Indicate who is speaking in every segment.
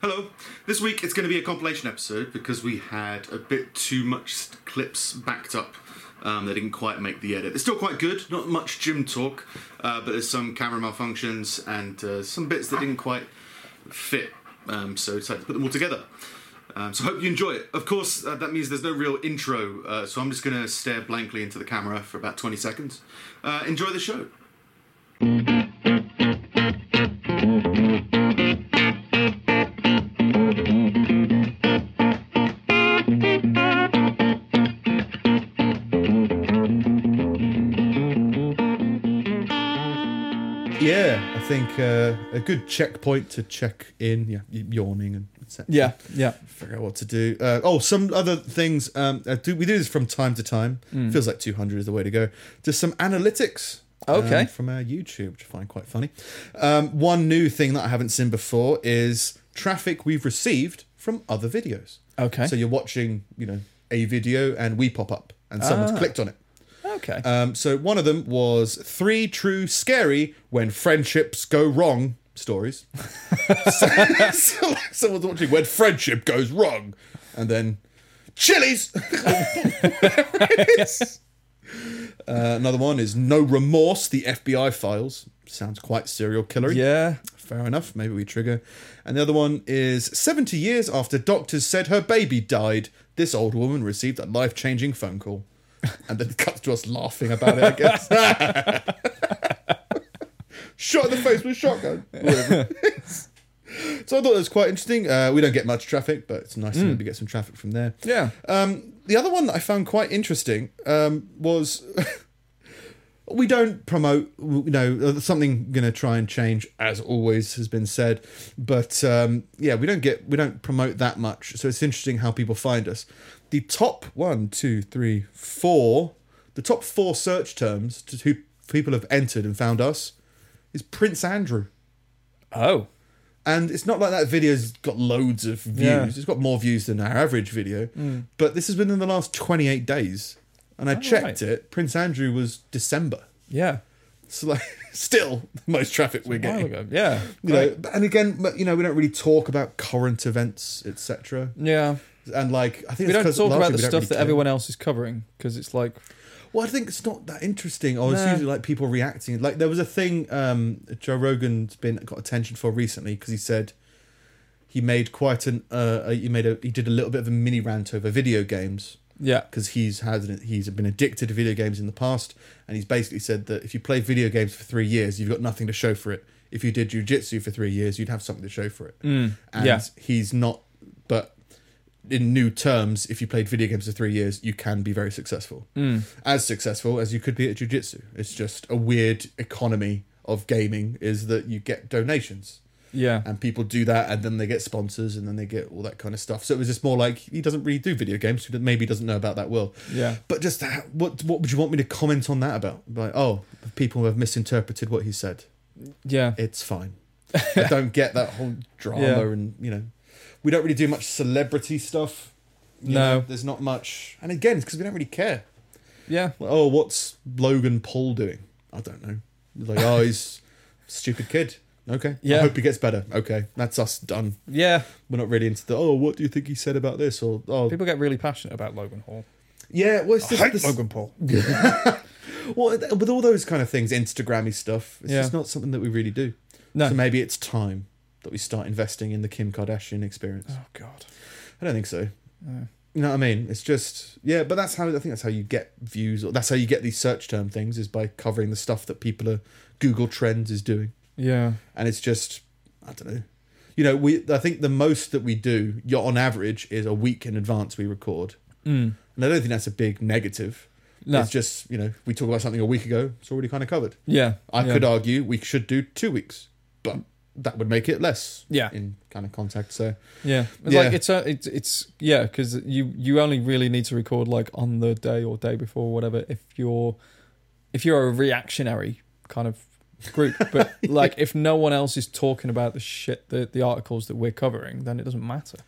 Speaker 1: Hello. This week it's going to be a compilation episode because we had a bit too much st- clips backed up. Um, they didn't quite make the edit. It's still quite good. Not much gym talk, uh, but there's some camera malfunctions and uh, some bits that didn't quite fit. Um, so decided to put them all together. Um, so hope you enjoy it. Of course, uh, that means there's no real intro. Uh, so I'm just going to stare blankly into the camera for about 20 seconds. Uh, enjoy the show.
Speaker 2: Yeah, I think uh, a good checkpoint to check in. Yeah, y- yawning and etc.
Speaker 3: Yeah, yeah.
Speaker 2: figure out what to do. Uh, oh, some other things. Um, I do we do this from time to time?
Speaker 3: Hmm.
Speaker 2: Feels like two hundred is the way to go. Just some analytics. um,
Speaker 3: Okay.
Speaker 2: from our YouTube, which I find quite funny. Um, one new thing that I haven't seen before is traffic we've received from other videos.
Speaker 3: Okay.
Speaker 2: So you're watching, you know, a video and we pop up and someone's
Speaker 3: Ah.
Speaker 2: clicked on it.
Speaker 3: Okay.
Speaker 2: Um, so one of them was three true scary when friendships go wrong stories. so, so like someone's watching when friendship goes wrong, and then chilies. Uh, another one is no remorse. The FBI files sounds quite serial killer.
Speaker 3: yeah.
Speaker 2: fair enough. Maybe we trigger. And the other one is seventy years after doctors said her baby died. This old woman received a life-changing phone call, and then cuts to us laughing about it. I guess. Shot in the face with a shotgun. Whatever. so I thought that was quite interesting. Uh, we don't get much traffic, but it's nice to maybe get some traffic from there.
Speaker 3: Yeah.
Speaker 2: Um, the other one that I found quite interesting um, was we don't promote, you know, uh, something going to try and change as always has been said, but um, yeah, we don't get we don't promote that much. So it's interesting how people find us. The top one, two, three, four, the top four search terms to who people have entered and found us is Prince Andrew.
Speaker 3: Oh.
Speaker 2: And it's not like that video's got loads of views.
Speaker 3: Yeah. Hmm.
Speaker 2: It's got more views than our average video. But this has been in the last 28 days. And I checked
Speaker 3: Oh, right.
Speaker 2: it. Prince Andrew was December.
Speaker 3: Yeah.
Speaker 2: So, like, still the most traffic we're
Speaker 3: A while
Speaker 2: getting.
Speaker 3: ago. Yeah.
Speaker 2: You know, but- and again, but, you know, we don't really talk about current events, etc.
Speaker 3: Yeah.
Speaker 2: And like, I think
Speaker 3: We
Speaker 2: it's
Speaker 3: don't
Speaker 2: 'cause
Speaker 3: talk
Speaker 2: largely
Speaker 3: about the
Speaker 2: we don't
Speaker 3: stuff
Speaker 2: really
Speaker 3: that
Speaker 2: care.
Speaker 3: everyone else is covering because it's like,
Speaker 2: Well, I think it's not that interesting. Or it's
Speaker 3: Nah.
Speaker 2: usually like people reacting. Like there was a thing um, Joe Rogan's been got attention for recently because he said he made quite an uh, uh, he made a he did a little bit of a mini rant over video games
Speaker 3: yeah.
Speaker 2: because he's had an- he's been addicted to video games in the past and he's basically said that if you play video games for three years you've got nothing to show for it. If you did jujitsu for three years you'd have something to show for it. and
Speaker 3: Hmm. yeah.
Speaker 2: he's not, but in new terms, if you played video games for three years, you can be very successful. As successful as you could be at jujitsu. It's just a weird economy of gaming is that you get donations
Speaker 3: Yeah.
Speaker 2: and people do that and then they get sponsors and then they get all that kind of stuff. So it was just more like he doesn't really do video games, so maybe he doesn't know about that world.
Speaker 3: Yeah.
Speaker 2: But just how- what what would you want me to comment on that about? Like, oh, people have misinterpreted what he said
Speaker 3: Yeah.
Speaker 2: it's fine. I don't get that whole drama
Speaker 3: Yeah.
Speaker 2: and you know, we don't really do much celebrity stuff. You
Speaker 3: No.
Speaker 2: know, there's not much, and again, it's because we don't really care.
Speaker 3: Yeah.
Speaker 2: Like, oh, what's Logan Paul doing? I don't know. Like, oh, he's a stupid kid. Okay, I
Speaker 3: Yeah.
Speaker 2: hope he gets better. Okay, that's us done.
Speaker 3: Yeah.
Speaker 2: We're not really into the oh, what do you think he said about this or oh,
Speaker 3: People get really passionate about Logan Hall.
Speaker 2: yeah, well, it's just
Speaker 3: hate
Speaker 2: this-
Speaker 3: Logan Paul.
Speaker 2: well, th- with all those kind of things, Instagrammy stuff, it's
Speaker 3: Yeah.
Speaker 2: just not something that we really do.
Speaker 3: No.
Speaker 2: So maybe it's time that we start investing in the Kim Kardashian experience.
Speaker 3: Oh God.
Speaker 2: I don't think so.
Speaker 3: No.
Speaker 2: You know what I mean? It's just yeah, but that's how I think that's how you get views or that's how you get these search term things is by covering the stuff that people are Google Trends is doing.
Speaker 3: Yeah.
Speaker 2: And it's just I don't know. You know, we I think the most that we do, you on average, is a week in advance we record.
Speaker 3: Mm.
Speaker 2: And I don't think that's a big negative.
Speaker 3: No.
Speaker 2: It's just, you know, we talk about something a week ago, it's already kind of covered.
Speaker 3: Yeah.
Speaker 2: I
Speaker 3: yeah.
Speaker 2: could argue we should do two weeks, but that would make it less
Speaker 3: Yeah.
Speaker 2: in kind of contact. So
Speaker 3: Yeah. It's
Speaker 2: Yeah.
Speaker 3: Like it's a, it's it's yeah because you you only really need to record like on the day or day before or whatever if you're if you're a reactionary kind of group but like if no one else is talking about the shit the the articles that we're covering then it doesn't matter.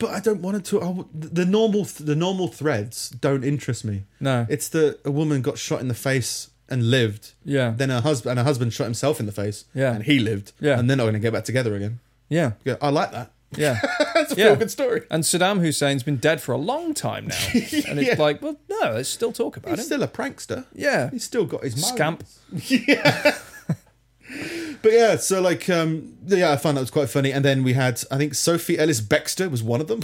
Speaker 2: But I don't want it to. I w the normal, th- the normal threads don't interest me.
Speaker 3: No.
Speaker 2: It's that a woman got shot in the face and lived.
Speaker 3: yeah.
Speaker 2: Then her husband and her husband shot himself in the face.
Speaker 3: Yeah.
Speaker 2: and he lived.
Speaker 3: Yeah.
Speaker 2: and they're not going to get back together again.
Speaker 3: yeah.
Speaker 2: Yeah, I like that.
Speaker 3: Yeah.
Speaker 2: That's a
Speaker 3: Yeah.
Speaker 2: feel good story.
Speaker 3: And Saddam Hussein's been dead for a long time now. And it's
Speaker 2: Yeah.
Speaker 3: like, well, no, let's still talk about
Speaker 2: He's
Speaker 3: him.
Speaker 2: still a prankster.
Speaker 3: yeah.
Speaker 2: He's still got his moments.
Speaker 3: Scamp.
Speaker 2: But yeah, so like, um, yeah, I found that was quite funny. And then we had, I think Sophie Ellis Bextor was one of them.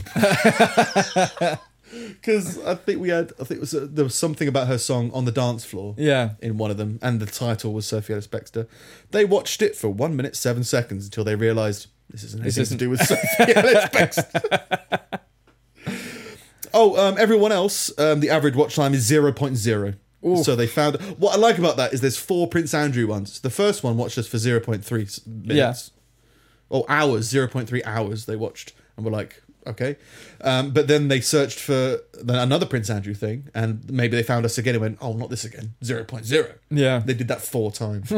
Speaker 2: Because I think we had, I think it was uh, there was something about her song on the dance floor.
Speaker 3: Yeah.
Speaker 2: In one of them, and the title was Sophie Ellis Bextor. They watched it for one minute seven seconds until they realised this isn't anything
Speaker 3: isn't-
Speaker 2: to do with Sophie Ellis Bextor. oh, um, everyone else, um, the average watch time is 0.0. So they found what I like about that is there's four Prince Andrew ones. The first one watched us for 0.3 s- minutes. Oh, hours, 0.3 hours they watched and were like, okay. Um, but then they searched for the- another Prince Andrew thing and maybe they found us again and went, oh, not this again, 0.0.
Speaker 3: Yeah.
Speaker 2: They did that four times.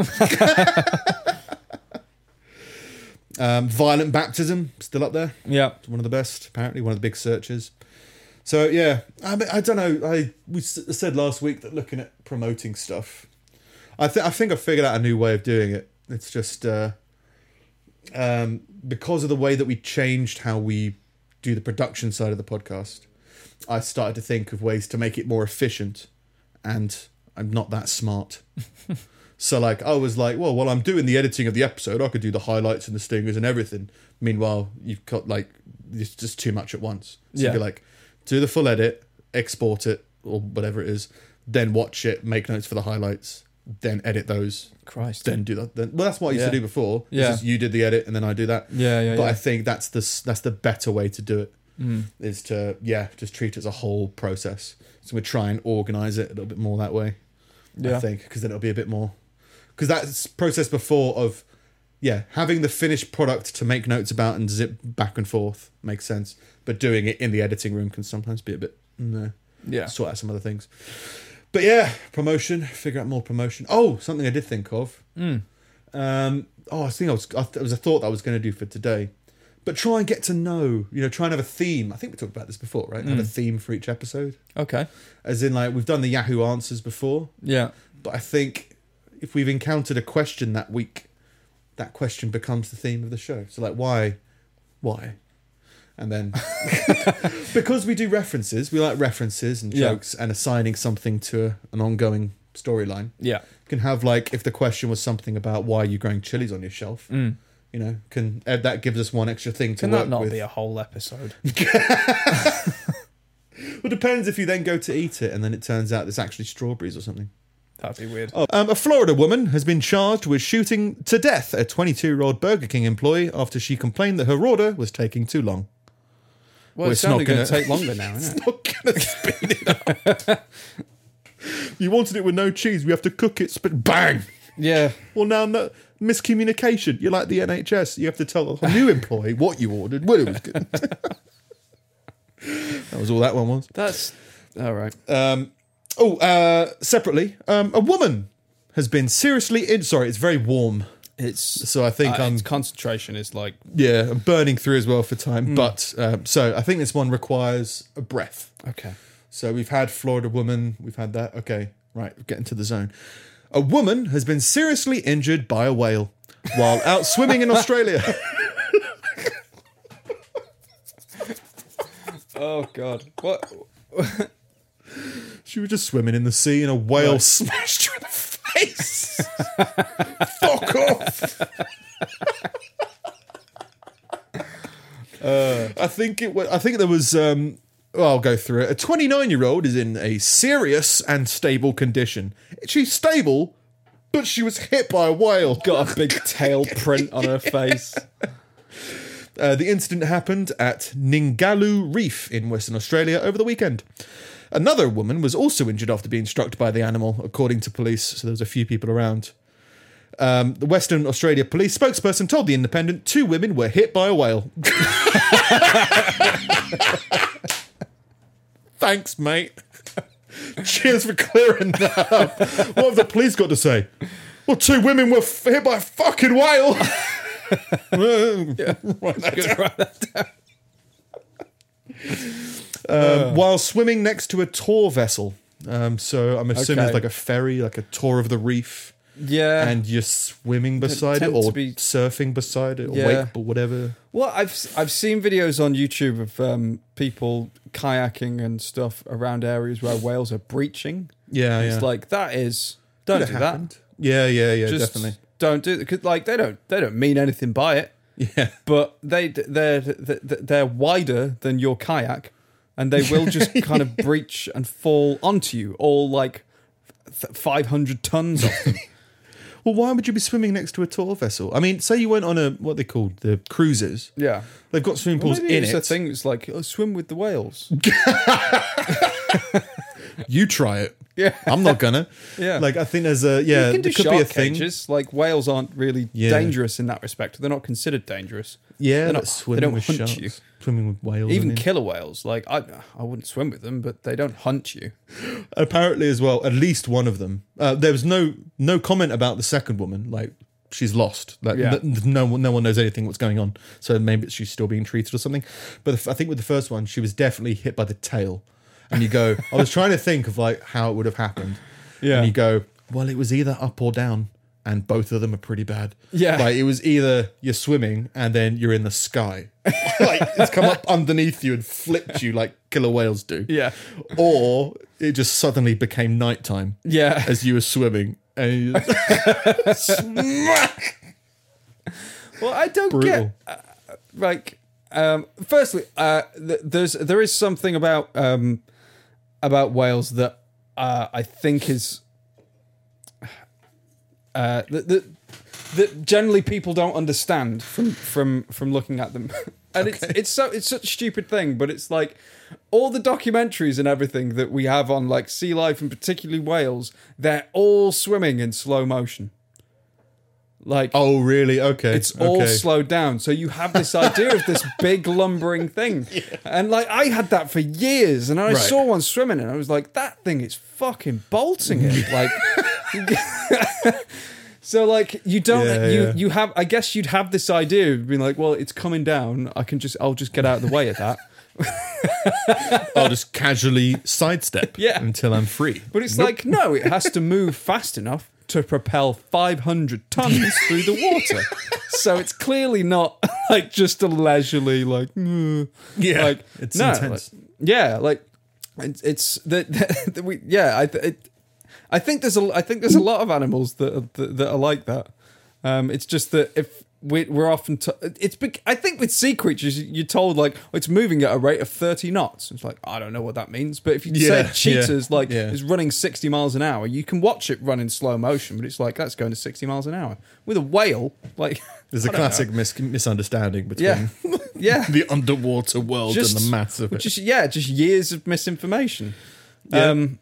Speaker 2: um, violent baptism, still up there.
Speaker 3: Yeah.
Speaker 2: It's one of the best, apparently, one of the big searches. So yeah, I mean, I don't know. I we s- said last week that looking at promoting stuff, I think I think I figured out a new way of doing it. It's just uh, um, because of the way that we changed how we do the production side of the podcast. I started to think of ways to make it more efficient, and I'm not that smart. So like I was like, well, while I'm doing the editing of the episode, I could do the highlights and the stingers and everything. Meanwhile, you've got like it's just too much at once. So
Speaker 3: Yeah.
Speaker 2: you'd be like, do the full edit, export it or whatever it is, then watch it, make notes for the highlights, then edit those,
Speaker 3: Christ.
Speaker 2: then do that. Then well, that's what I used to
Speaker 3: Yeah.
Speaker 2: do before. It's
Speaker 3: Yeah.
Speaker 2: just you did the edit and then I do that.
Speaker 3: Yeah, yeah, Mm.
Speaker 2: But
Speaker 3: yeah.
Speaker 2: I think that's the s- that's the better way to do it. Is to yeah, just treat it as a whole process. So we try and organize it a little bit more that way. I
Speaker 3: yeah.
Speaker 2: think, because then it'll be a bit more. Because that's process before of, yeah, having the finished product to make notes about and zip back and forth makes sense. But doing it in the editing room can sometimes be a bit, no,
Speaker 3: Yeah.
Speaker 2: sort out some other things. But yeah, promotion, figure out more promotion. Oh, something I did think of. Um, oh, I think I was, I th- it was a thought that I was going to do for today. But try and get to know, you know, try and have a theme. I think we talked about this before, right? Have a theme for each episode.
Speaker 3: Okay.
Speaker 2: As in, like, we've done the Yahoo Answers before.
Speaker 3: Yeah.
Speaker 2: But I think if we've encountered a question that week, that question becomes the theme of the show. So like, why, why, and then because we do references, we like references and
Speaker 3: Yeah.
Speaker 2: jokes, and assigning something to a, an ongoing storyline
Speaker 3: Yeah.
Speaker 2: can have like if the question was something about why are you growing chilies on your shelf. You know, can eh, that gives us one extra thing to
Speaker 3: Mm. Can
Speaker 2: work
Speaker 3: that not
Speaker 2: with?
Speaker 3: be a whole episode?
Speaker 2: well, depends if you then go to eat it and then it turns out it's actually strawberries or something.
Speaker 3: That'd be weird.
Speaker 2: Um, a Florida woman has been charged with shooting to death a 22 year old Burger King employee after she complained that her order was taking too long.
Speaker 3: well,
Speaker 2: it's
Speaker 3: it's,
Speaker 2: not
Speaker 3: only going
Speaker 2: gonna-
Speaker 3: to take longer now, isn't it?
Speaker 2: It's not gonna speed it up. you wanted it with no cheese, we have to cook it, but bang!
Speaker 3: Yeah.
Speaker 2: Well, now no, miscommunication. You're like the NHS, you have to tell a new employee what you ordered, what it was good. that was all that one was.
Speaker 3: That's all right.
Speaker 2: Um, oh, uh, separately, um, a woman has been seriously in. Sorry, it's very warm.
Speaker 3: It's
Speaker 2: So I think
Speaker 3: uh,
Speaker 2: I'm
Speaker 3: its concentration is like
Speaker 2: yeah, I'm burning through as well for time. But um, so I think this one requires a breath.
Speaker 3: okay.
Speaker 2: So we've had Florida woman, we've had that. Okay, right, get into the zone. A woman has been seriously injured by a whale while out swimming in Australia.
Speaker 3: Oh God. What?
Speaker 2: She was just swimming in the sea and a whale smashed her in the face. Fuck off. I think it. wa- I think there was. Um, well, I'll go through it. A 29 year old is in a serious and stable condition. She's stable, but she was hit by a whale.
Speaker 3: Got a big tail print on her face.
Speaker 2: Uh, the incident happened at Ningaloo Reef in Western Australia over the weekend. Another woman was also injured after being struck by the animal, according to police, so there was a few people around. Um, the Western Australia police spokesperson told The Independent two women were hit by a whale. Thanks, mate. Cheers for clearing that up. What have the police got to say? Well, two women were f- hit by a fucking whale.
Speaker 3: Uh.
Speaker 2: um, while swimming next to a tour vessel. Um, so I'm assuming
Speaker 3: Okay.
Speaker 2: it's like a ferry, like a tour of the reef.
Speaker 3: Yeah.
Speaker 2: and you're swimming beside it
Speaker 3: tend to
Speaker 2: or
Speaker 3: be-
Speaker 2: surfing beside it or
Speaker 3: Yeah.
Speaker 2: wake or whatever.
Speaker 3: Well, I've I've seen videos on YouTube of um, people kayaking and stuff around areas where whales are breaching.
Speaker 2: Yeah, yeah.
Speaker 3: It's like that is don't
Speaker 2: Could
Speaker 3: do
Speaker 2: have
Speaker 3: that.
Speaker 2: happened. Yeah, yeah, yeah,
Speaker 3: Just
Speaker 2: definitely.
Speaker 3: don't do because like they don't they don't mean anything by it,
Speaker 2: Yeah.
Speaker 3: but they they're they're they're wider than your kayak, and they will just kind of breach and fall onto you all like five hundred tons of them.
Speaker 2: Well, why would you be swimming next to a tour vessel? I mean, say you went on a what they called the cruises.
Speaker 3: yeah.
Speaker 2: They've got swimming
Speaker 3: Well,
Speaker 2: pools
Speaker 3: maybe
Speaker 2: in
Speaker 3: it's
Speaker 2: it.
Speaker 3: a thing. It's like oh, swim with the whales.
Speaker 2: You try it.
Speaker 3: Yeah.
Speaker 2: I'm not gonna.
Speaker 3: Yeah.
Speaker 2: Like I think there's a yeah,
Speaker 3: you can do
Speaker 2: there could
Speaker 3: shark
Speaker 2: be a thing.
Speaker 3: cages. Like whales aren't really
Speaker 2: Yeah.
Speaker 3: dangerous in that respect. They're not considered dangerous.
Speaker 2: Yeah,
Speaker 3: They're
Speaker 2: but
Speaker 3: not-
Speaker 2: swimming
Speaker 3: they don't
Speaker 2: with
Speaker 3: hunt
Speaker 2: sharks.
Speaker 3: you.
Speaker 2: Swimming with whales. I
Speaker 3: Even
Speaker 2: mean.
Speaker 3: killer whales, like I, I wouldn't swim with them, but they don't hunt you.
Speaker 2: apparently as well at least one of them uh, there was no no comment about the second woman like she's lost like
Speaker 3: Yeah.
Speaker 2: th- no one no one knows anything what's going on so maybe she's still being treated or something but if- i think with the first one she was definitely hit by the tail and you go i was trying to think of like how it would have happened
Speaker 3: Yeah.
Speaker 2: and you go well it was either up or down and both of them are pretty bad
Speaker 3: Yeah.
Speaker 2: like it was either you're swimming and then you're in the sky like it's come up underneath you and flipped you like killer whales do
Speaker 3: Yeah,
Speaker 2: or it just suddenly became nighttime
Speaker 3: yeah.
Speaker 2: as you were swimming. And you smack!
Speaker 3: well, I don't
Speaker 2: Brutal.
Speaker 3: get uh, like. Um, firstly, uh, th- there's there is something about um, about whales that uh, I think is uh, that, that that generally people don't understand from from from looking at them, and it's it's so it's such a stupid thing, but it's like all the documentaries and everything that we have on like sea life and particularly whales, they're all swimming in slow motion. Like
Speaker 2: Oh, really? Okay.
Speaker 3: it's all
Speaker 2: okay.
Speaker 3: slowed down. So you have this idea of this big lumbering thing. And like I had that for years and I
Speaker 2: Right.
Speaker 3: saw one swimming and I was like, that thing is fucking bolting it. like So like you don't
Speaker 2: Yeah,
Speaker 3: you
Speaker 2: yeah.
Speaker 3: you have I guess you'd have this idea of being like, well, it's coming down. I can just I'll just get out of the way of that.
Speaker 2: I'll just casually sidestep
Speaker 3: Yeah.
Speaker 2: until I'm free.
Speaker 3: But it's like, no, it has to move fast enough to propel 500 tons through the water. So it's clearly not like just a leisurely, like, "Mm."
Speaker 2: Yeah,
Speaker 3: Like,
Speaker 2: it's
Speaker 3: no,
Speaker 2: intense.
Speaker 3: like- yeah. Like, it's, it's that, that- that we, yeah, I, th- it, I think there's a, I think there's a lot of animals that are, that, that are like that. Um, it's just that if we, we're often, t- it's, bec- I think with sea creatures, you're told like, it's moving at a rate of 30 knots. It's like, I don't know what that means. But if you
Speaker 2: Yeah,
Speaker 3: say cheetahs,
Speaker 2: yeah,
Speaker 3: like,
Speaker 2: yeah.
Speaker 3: is running 60 miles an hour, you can watch it run in slow motion, but it's like, that's going to 60 miles an hour. With a whale, like,
Speaker 2: There's a classic mis- misunderstanding between
Speaker 3: yeah, yeah.
Speaker 2: the underwater world and the mass of it.
Speaker 3: Just yeah, just years of misinformation.
Speaker 2: Yeah.
Speaker 3: Um,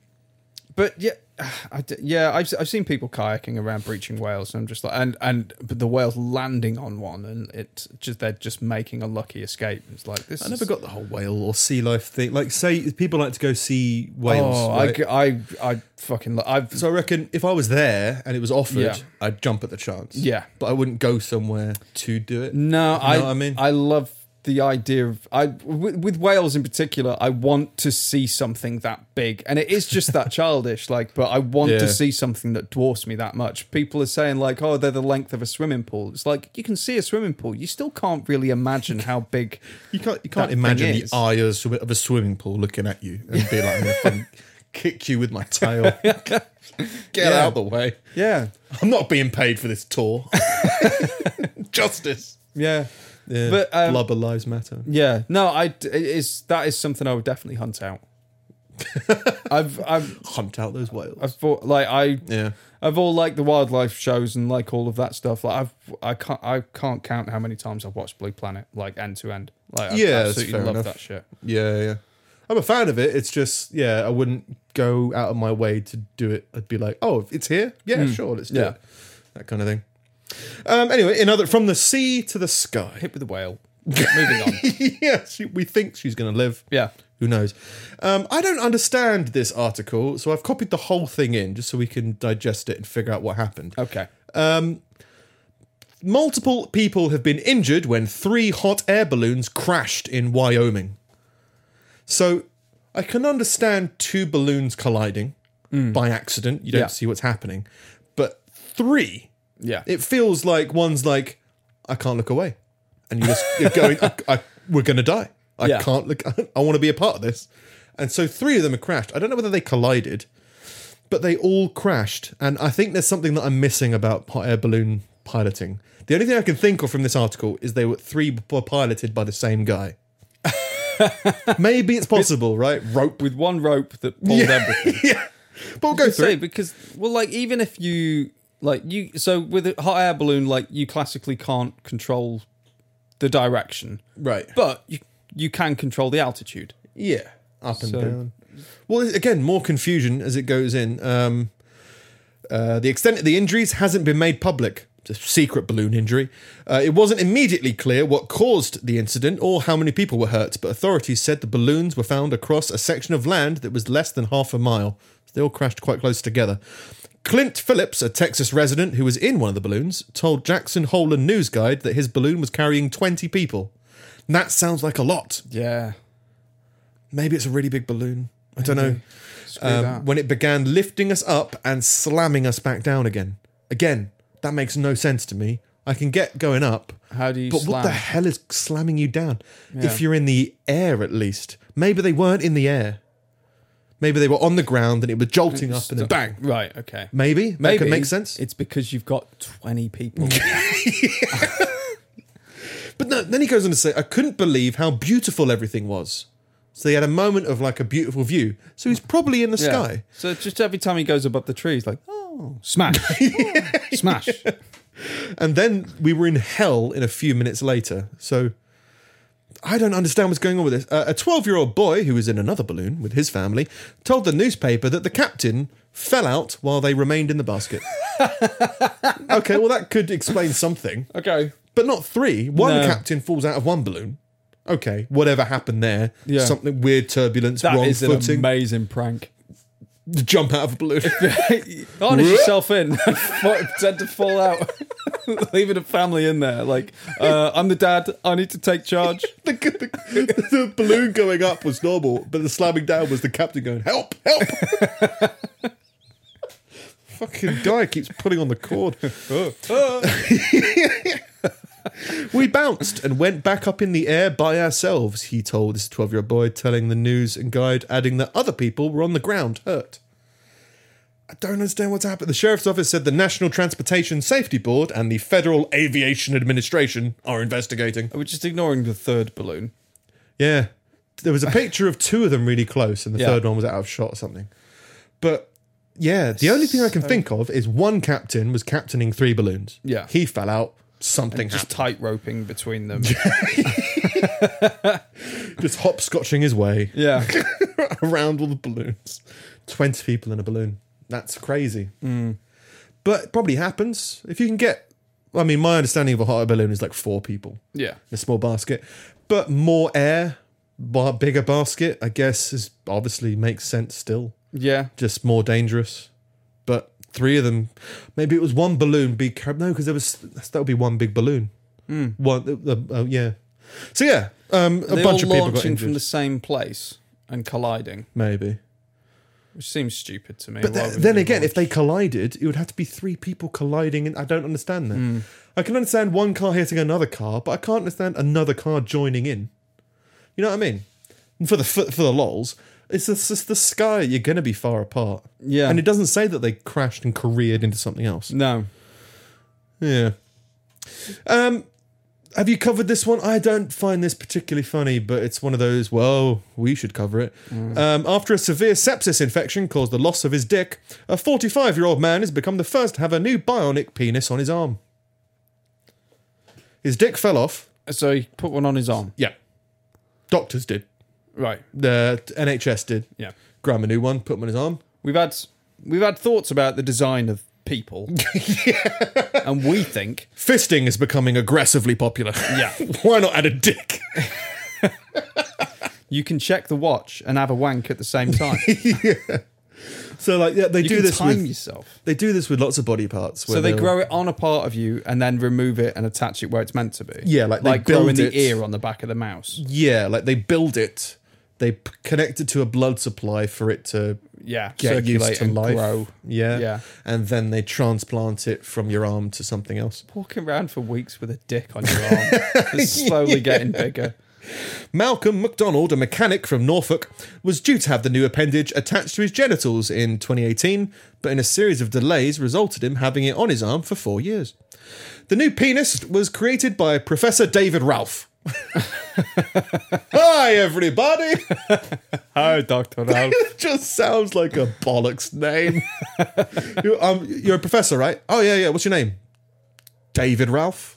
Speaker 3: but yeah, I d yeah, I've I've seen people kayaking around breaching whales, and I'm just like, and and but the whales landing on one, and it's just they're just making a lucky escape. It's like this.
Speaker 2: I never
Speaker 3: is-
Speaker 2: got the whole whale or sea life thing. Like, say people like to go see whales.
Speaker 3: Oh,
Speaker 2: right?
Speaker 3: I, I I fucking lo- I've
Speaker 2: so I reckon if I was there and it was offered,
Speaker 3: Yeah.
Speaker 2: I'd jump at the chance.
Speaker 3: Yeah.
Speaker 2: but I wouldn't go somewhere to do it.
Speaker 3: No, I,
Speaker 2: what I
Speaker 3: I
Speaker 2: mean?
Speaker 3: love the idea of I with, with Wales in particular. I want to see something that big, and it is just that childish. Like, but I want
Speaker 2: Yeah.
Speaker 3: to see something that dwarfs me that much. People are saying like, oh, they're the length of a swimming pool. It's like you can see a swimming pool, you still can't really imagine how big.
Speaker 2: You can't you can't
Speaker 3: thing
Speaker 2: imagine
Speaker 3: is.
Speaker 2: the eye of a, sw- of a swimming pool looking at you and be like, I'm gonna fucking kick you with my tail. Get
Speaker 3: Yeah.
Speaker 2: out the way.
Speaker 3: Yeah,
Speaker 2: I'm not being paid for this tour. Justice.
Speaker 3: yeah,
Speaker 2: Yeah.
Speaker 3: But, um,
Speaker 2: Blubber lives matter.
Speaker 3: yeah. No, I it is that is something I would definitely hunt out. I've I've
Speaker 2: Hunt out those whales.
Speaker 3: I've thought like I
Speaker 2: yeah.
Speaker 3: of all like the wildlife shows and like all of that stuff, like I've I can't I can't count how many times I've watched Blue Planet like end to end. Like I
Speaker 2: Yeah, that's
Speaker 3: absolutely
Speaker 2: fair
Speaker 3: love
Speaker 2: enough.
Speaker 3: that shit.
Speaker 2: Yeah, yeah. I'm a fan of it. It's just, yeah, I wouldn't go out of my way to do it. I'd be like, oh, it's here. Yeah, sure, let's do
Speaker 3: Hmm. Yeah.
Speaker 2: it. That kind of thing. Um, anyway, in other from the sea to the sky.
Speaker 3: Hit with a whale. Moving on.
Speaker 2: yeah, she, we think she's going to live.
Speaker 3: Yeah.
Speaker 2: Who knows? Um, I don't understand this article, so I've copied the whole thing in just so we can digest it and figure out what happened.
Speaker 3: Okay.
Speaker 2: Multiple people have been injured when three hot air balloons crashed in Wyoming. So I can understand two balloons colliding by accident. You don't
Speaker 3: Yeah.
Speaker 2: see what's happening. But three,
Speaker 3: Yeah.
Speaker 2: it feels like one's like, I can't look away, and you just you're going, I, I, we're gonna die. I
Speaker 3: Yeah.
Speaker 2: can't look. I want to be a part of this. And so three of them are crashed. I don't know whether they collided, but they all crashed. And I think there's something that I'm missing about hot air balloon piloting. The only thing I can think of from this article is they were three were piloted by the same guy. Maybe it's possible, right? Rope.
Speaker 3: With one rope that pulled everything.
Speaker 2: yeah, but we'll go through.
Speaker 3: say
Speaker 2: it.
Speaker 3: because well like even if you like you so with a hot air balloon like you classically can't control the direction
Speaker 2: Right.
Speaker 3: but you you can control the altitude
Speaker 2: Yeah, up and
Speaker 3: So-
Speaker 2: down. Well, again, more confusion as it goes in. Um, uh, the extent of the injuries hasn't been made public. It's a secret balloon injury. Uh, it wasn't immediately clear what caused the incident or how many people were hurt, but authorities said the balloons were found across a section of land that was less than half a mile. They all crashed quite close together. Clint Phillips, a Texas resident who was in one of the balloons, told Jackson Hole and News Guide that his balloon was carrying 20 people. That sounds like a lot.
Speaker 3: yeah
Speaker 2: Maybe it's a really big balloon. I don't know.
Speaker 3: Screw that.
Speaker 2: Um, when it began lifting us up and slamming us back down again. Again, that makes no sense to me. I can get going up,
Speaker 3: how do you
Speaker 2: but what
Speaker 3: slam
Speaker 2: the hell is slamming you down?
Speaker 3: Yeah.
Speaker 2: If you're in the air, at least. Maybe they weren't in the air. Maybe they were on the ground and it was jolting up and then bang.
Speaker 3: right okay
Speaker 2: Maybe that could make sense.
Speaker 3: it's because you've got 20 people
Speaker 2: But no, then he goes on to say, I couldn't believe how beautiful everything was. So they had a moment of like a beautiful view. So he's probably in the
Speaker 3: Yeah.
Speaker 2: sky.
Speaker 3: so just every time he goes above the trees like oh smash Oh, smash
Speaker 2: And then we were in hell in a few minutes later. So I don't understand what's going on with this. Uh, a 12 year old boy who was in another balloon with his family told the newspaper that the captain fell out while they remained in the basket. okay, well, that could explain something,
Speaker 3: okay
Speaker 2: but not three. One
Speaker 3: No.
Speaker 2: captain falls out of one balloon. Okay, whatever happened there.
Speaker 3: Yeah.
Speaker 2: Something weird, turbulence,
Speaker 3: that
Speaker 2: wrong
Speaker 3: is
Speaker 2: footing,
Speaker 3: an amazing prank
Speaker 2: jump out of a balloon.
Speaker 3: Harness yourself in. Tend to fall out. Leaving a family in there. Like, uh, I'm the dad. I need to take charge.
Speaker 2: the, the, the balloon going up was normal, but the slamming down was the captain going, "Help! Help!" Fucking guy keeps pulling on the cord. we bounced and went back up in the air by ourselves. He told this twelve-year-old boy, telling the news and guide, adding that other people were on the ground hurt. I don't understand what's happened. The sheriff's office said the National Transportation Safety Board and the Federal Aviation Administration are investigating.
Speaker 3: We're just ignoring the third balloon.
Speaker 2: Yeah. There was a picture of two of them really close, and the
Speaker 3: Yeah.
Speaker 2: third one was out of shot or something. But yeah, the only thing I can think of is one captain was captaining three balloons.
Speaker 3: Yeah.
Speaker 2: He fell out. Something
Speaker 3: Just
Speaker 2: happened.
Speaker 3: tight roping between them.
Speaker 2: Just hopscotching his way
Speaker 3: Yeah.
Speaker 2: around all the balloons. 20 people in a balloon. That's crazy.
Speaker 3: Mm.
Speaker 2: But it probably happens. If you can get, I mean, my understanding of a hot air balloon is like four people.
Speaker 3: Yeah.
Speaker 2: a small basket, but more air, bar, bigger basket. I guess is obviously makes sense still,
Speaker 3: Yeah.
Speaker 2: just more dangerous. But three of them, maybe it was one balloon. Be car- no, because there was that would be one big balloon. One, the, the- oh, yeah. So yeah, um, a
Speaker 3: Hmm. They
Speaker 2: bunch of
Speaker 3: all
Speaker 2: people got
Speaker 3: launching
Speaker 2: injured.
Speaker 3: from the same place and colliding,
Speaker 2: maybe,
Speaker 3: which seems stupid to me.
Speaker 2: but
Speaker 3: Why
Speaker 2: th-
Speaker 3: would
Speaker 2: then
Speaker 3: you
Speaker 2: again,
Speaker 3: launch?
Speaker 2: if they collided, it would have to be three people colliding, and I don't understand that.
Speaker 3: Hmm.
Speaker 2: I can understand one car hitting another car, but I can't understand another car joining in. You know what I mean? For the for, for the lols, it's just, it's the sky. You're going to be far apart.
Speaker 3: Yeah.
Speaker 2: and it doesn't say that they crashed and careered into something else.
Speaker 3: No.
Speaker 2: Yeah. Um, have you covered this one? I don't find this particularly funny, but it's one of those. Well, we should cover it. Um, after a severe sepsis infection caused the loss of his dick, a 45-year-old man has become the first to have a new bionic penis on his arm. His dick fell off.
Speaker 3: So he put one on his arm.
Speaker 2: Yeah. Doctors did.
Speaker 3: Right.
Speaker 2: The NHS did.
Speaker 3: Yeah.
Speaker 2: Grab a new one, put him on his arm.
Speaker 3: We've had we've had thoughts about the design of people. And we think
Speaker 2: Fisting is becoming aggressively popular.
Speaker 3: Yeah.
Speaker 2: Why not add a dick?
Speaker 3: you can check the watch and have a wank at the same time.
Speaker 2: So like, yeah, they
Speaker 3: You
Speaker 2: do
Speaker 3: can
Speaker 2: this
Speaker 3: time
Speaker 2: with
Speaker 3: yourself.
Speaker 2: They do this with lots of body parts. Where
Speaker 3: So they
Speaker 2: they'll-
Speaker 3: grow it on a part of you and then remove it and attach it where it's meant to be.
Speaker 2: Yeah, like they
Speaker 3: like growing
Speaker 2: build
Speaker 3: the
Speaker 2: it.
Speaker 3: ear on the back of the mouse.
Speaker 2: Yeah, like they build it, they p- connect it to a blood supply for it to
Speaker 3: yeah,
Speaker 2: get
Speaker 3: circulate
Speaker 2: used to
Speaker 3: and
Speaker 2: life.
Speaker 3: grow.
Speaker 2: Yeah.
Speaker 3: Yeah.
Speaker 2: And then they transplant it from your arm to something else.
Speaker 3: Walking around for weeks with a dick on your arm, it's slowly getting bigger.
Speaker 2: Malcolm MacDonald, a mechanic from Norfolk, was due to have the new appendage attached to his genitals in 2018, but in a series of delays resulted in him having it on his arm for four years. The new penis was created by Professor David Ralph. Hi, everybody!
Speaker 3: Oh, Doctor Ralph.
Speaker 2: it just sounds like a bollocks name. you, um, you're a professor, right? Oh yeah, yeah. What's your name? David Ralph.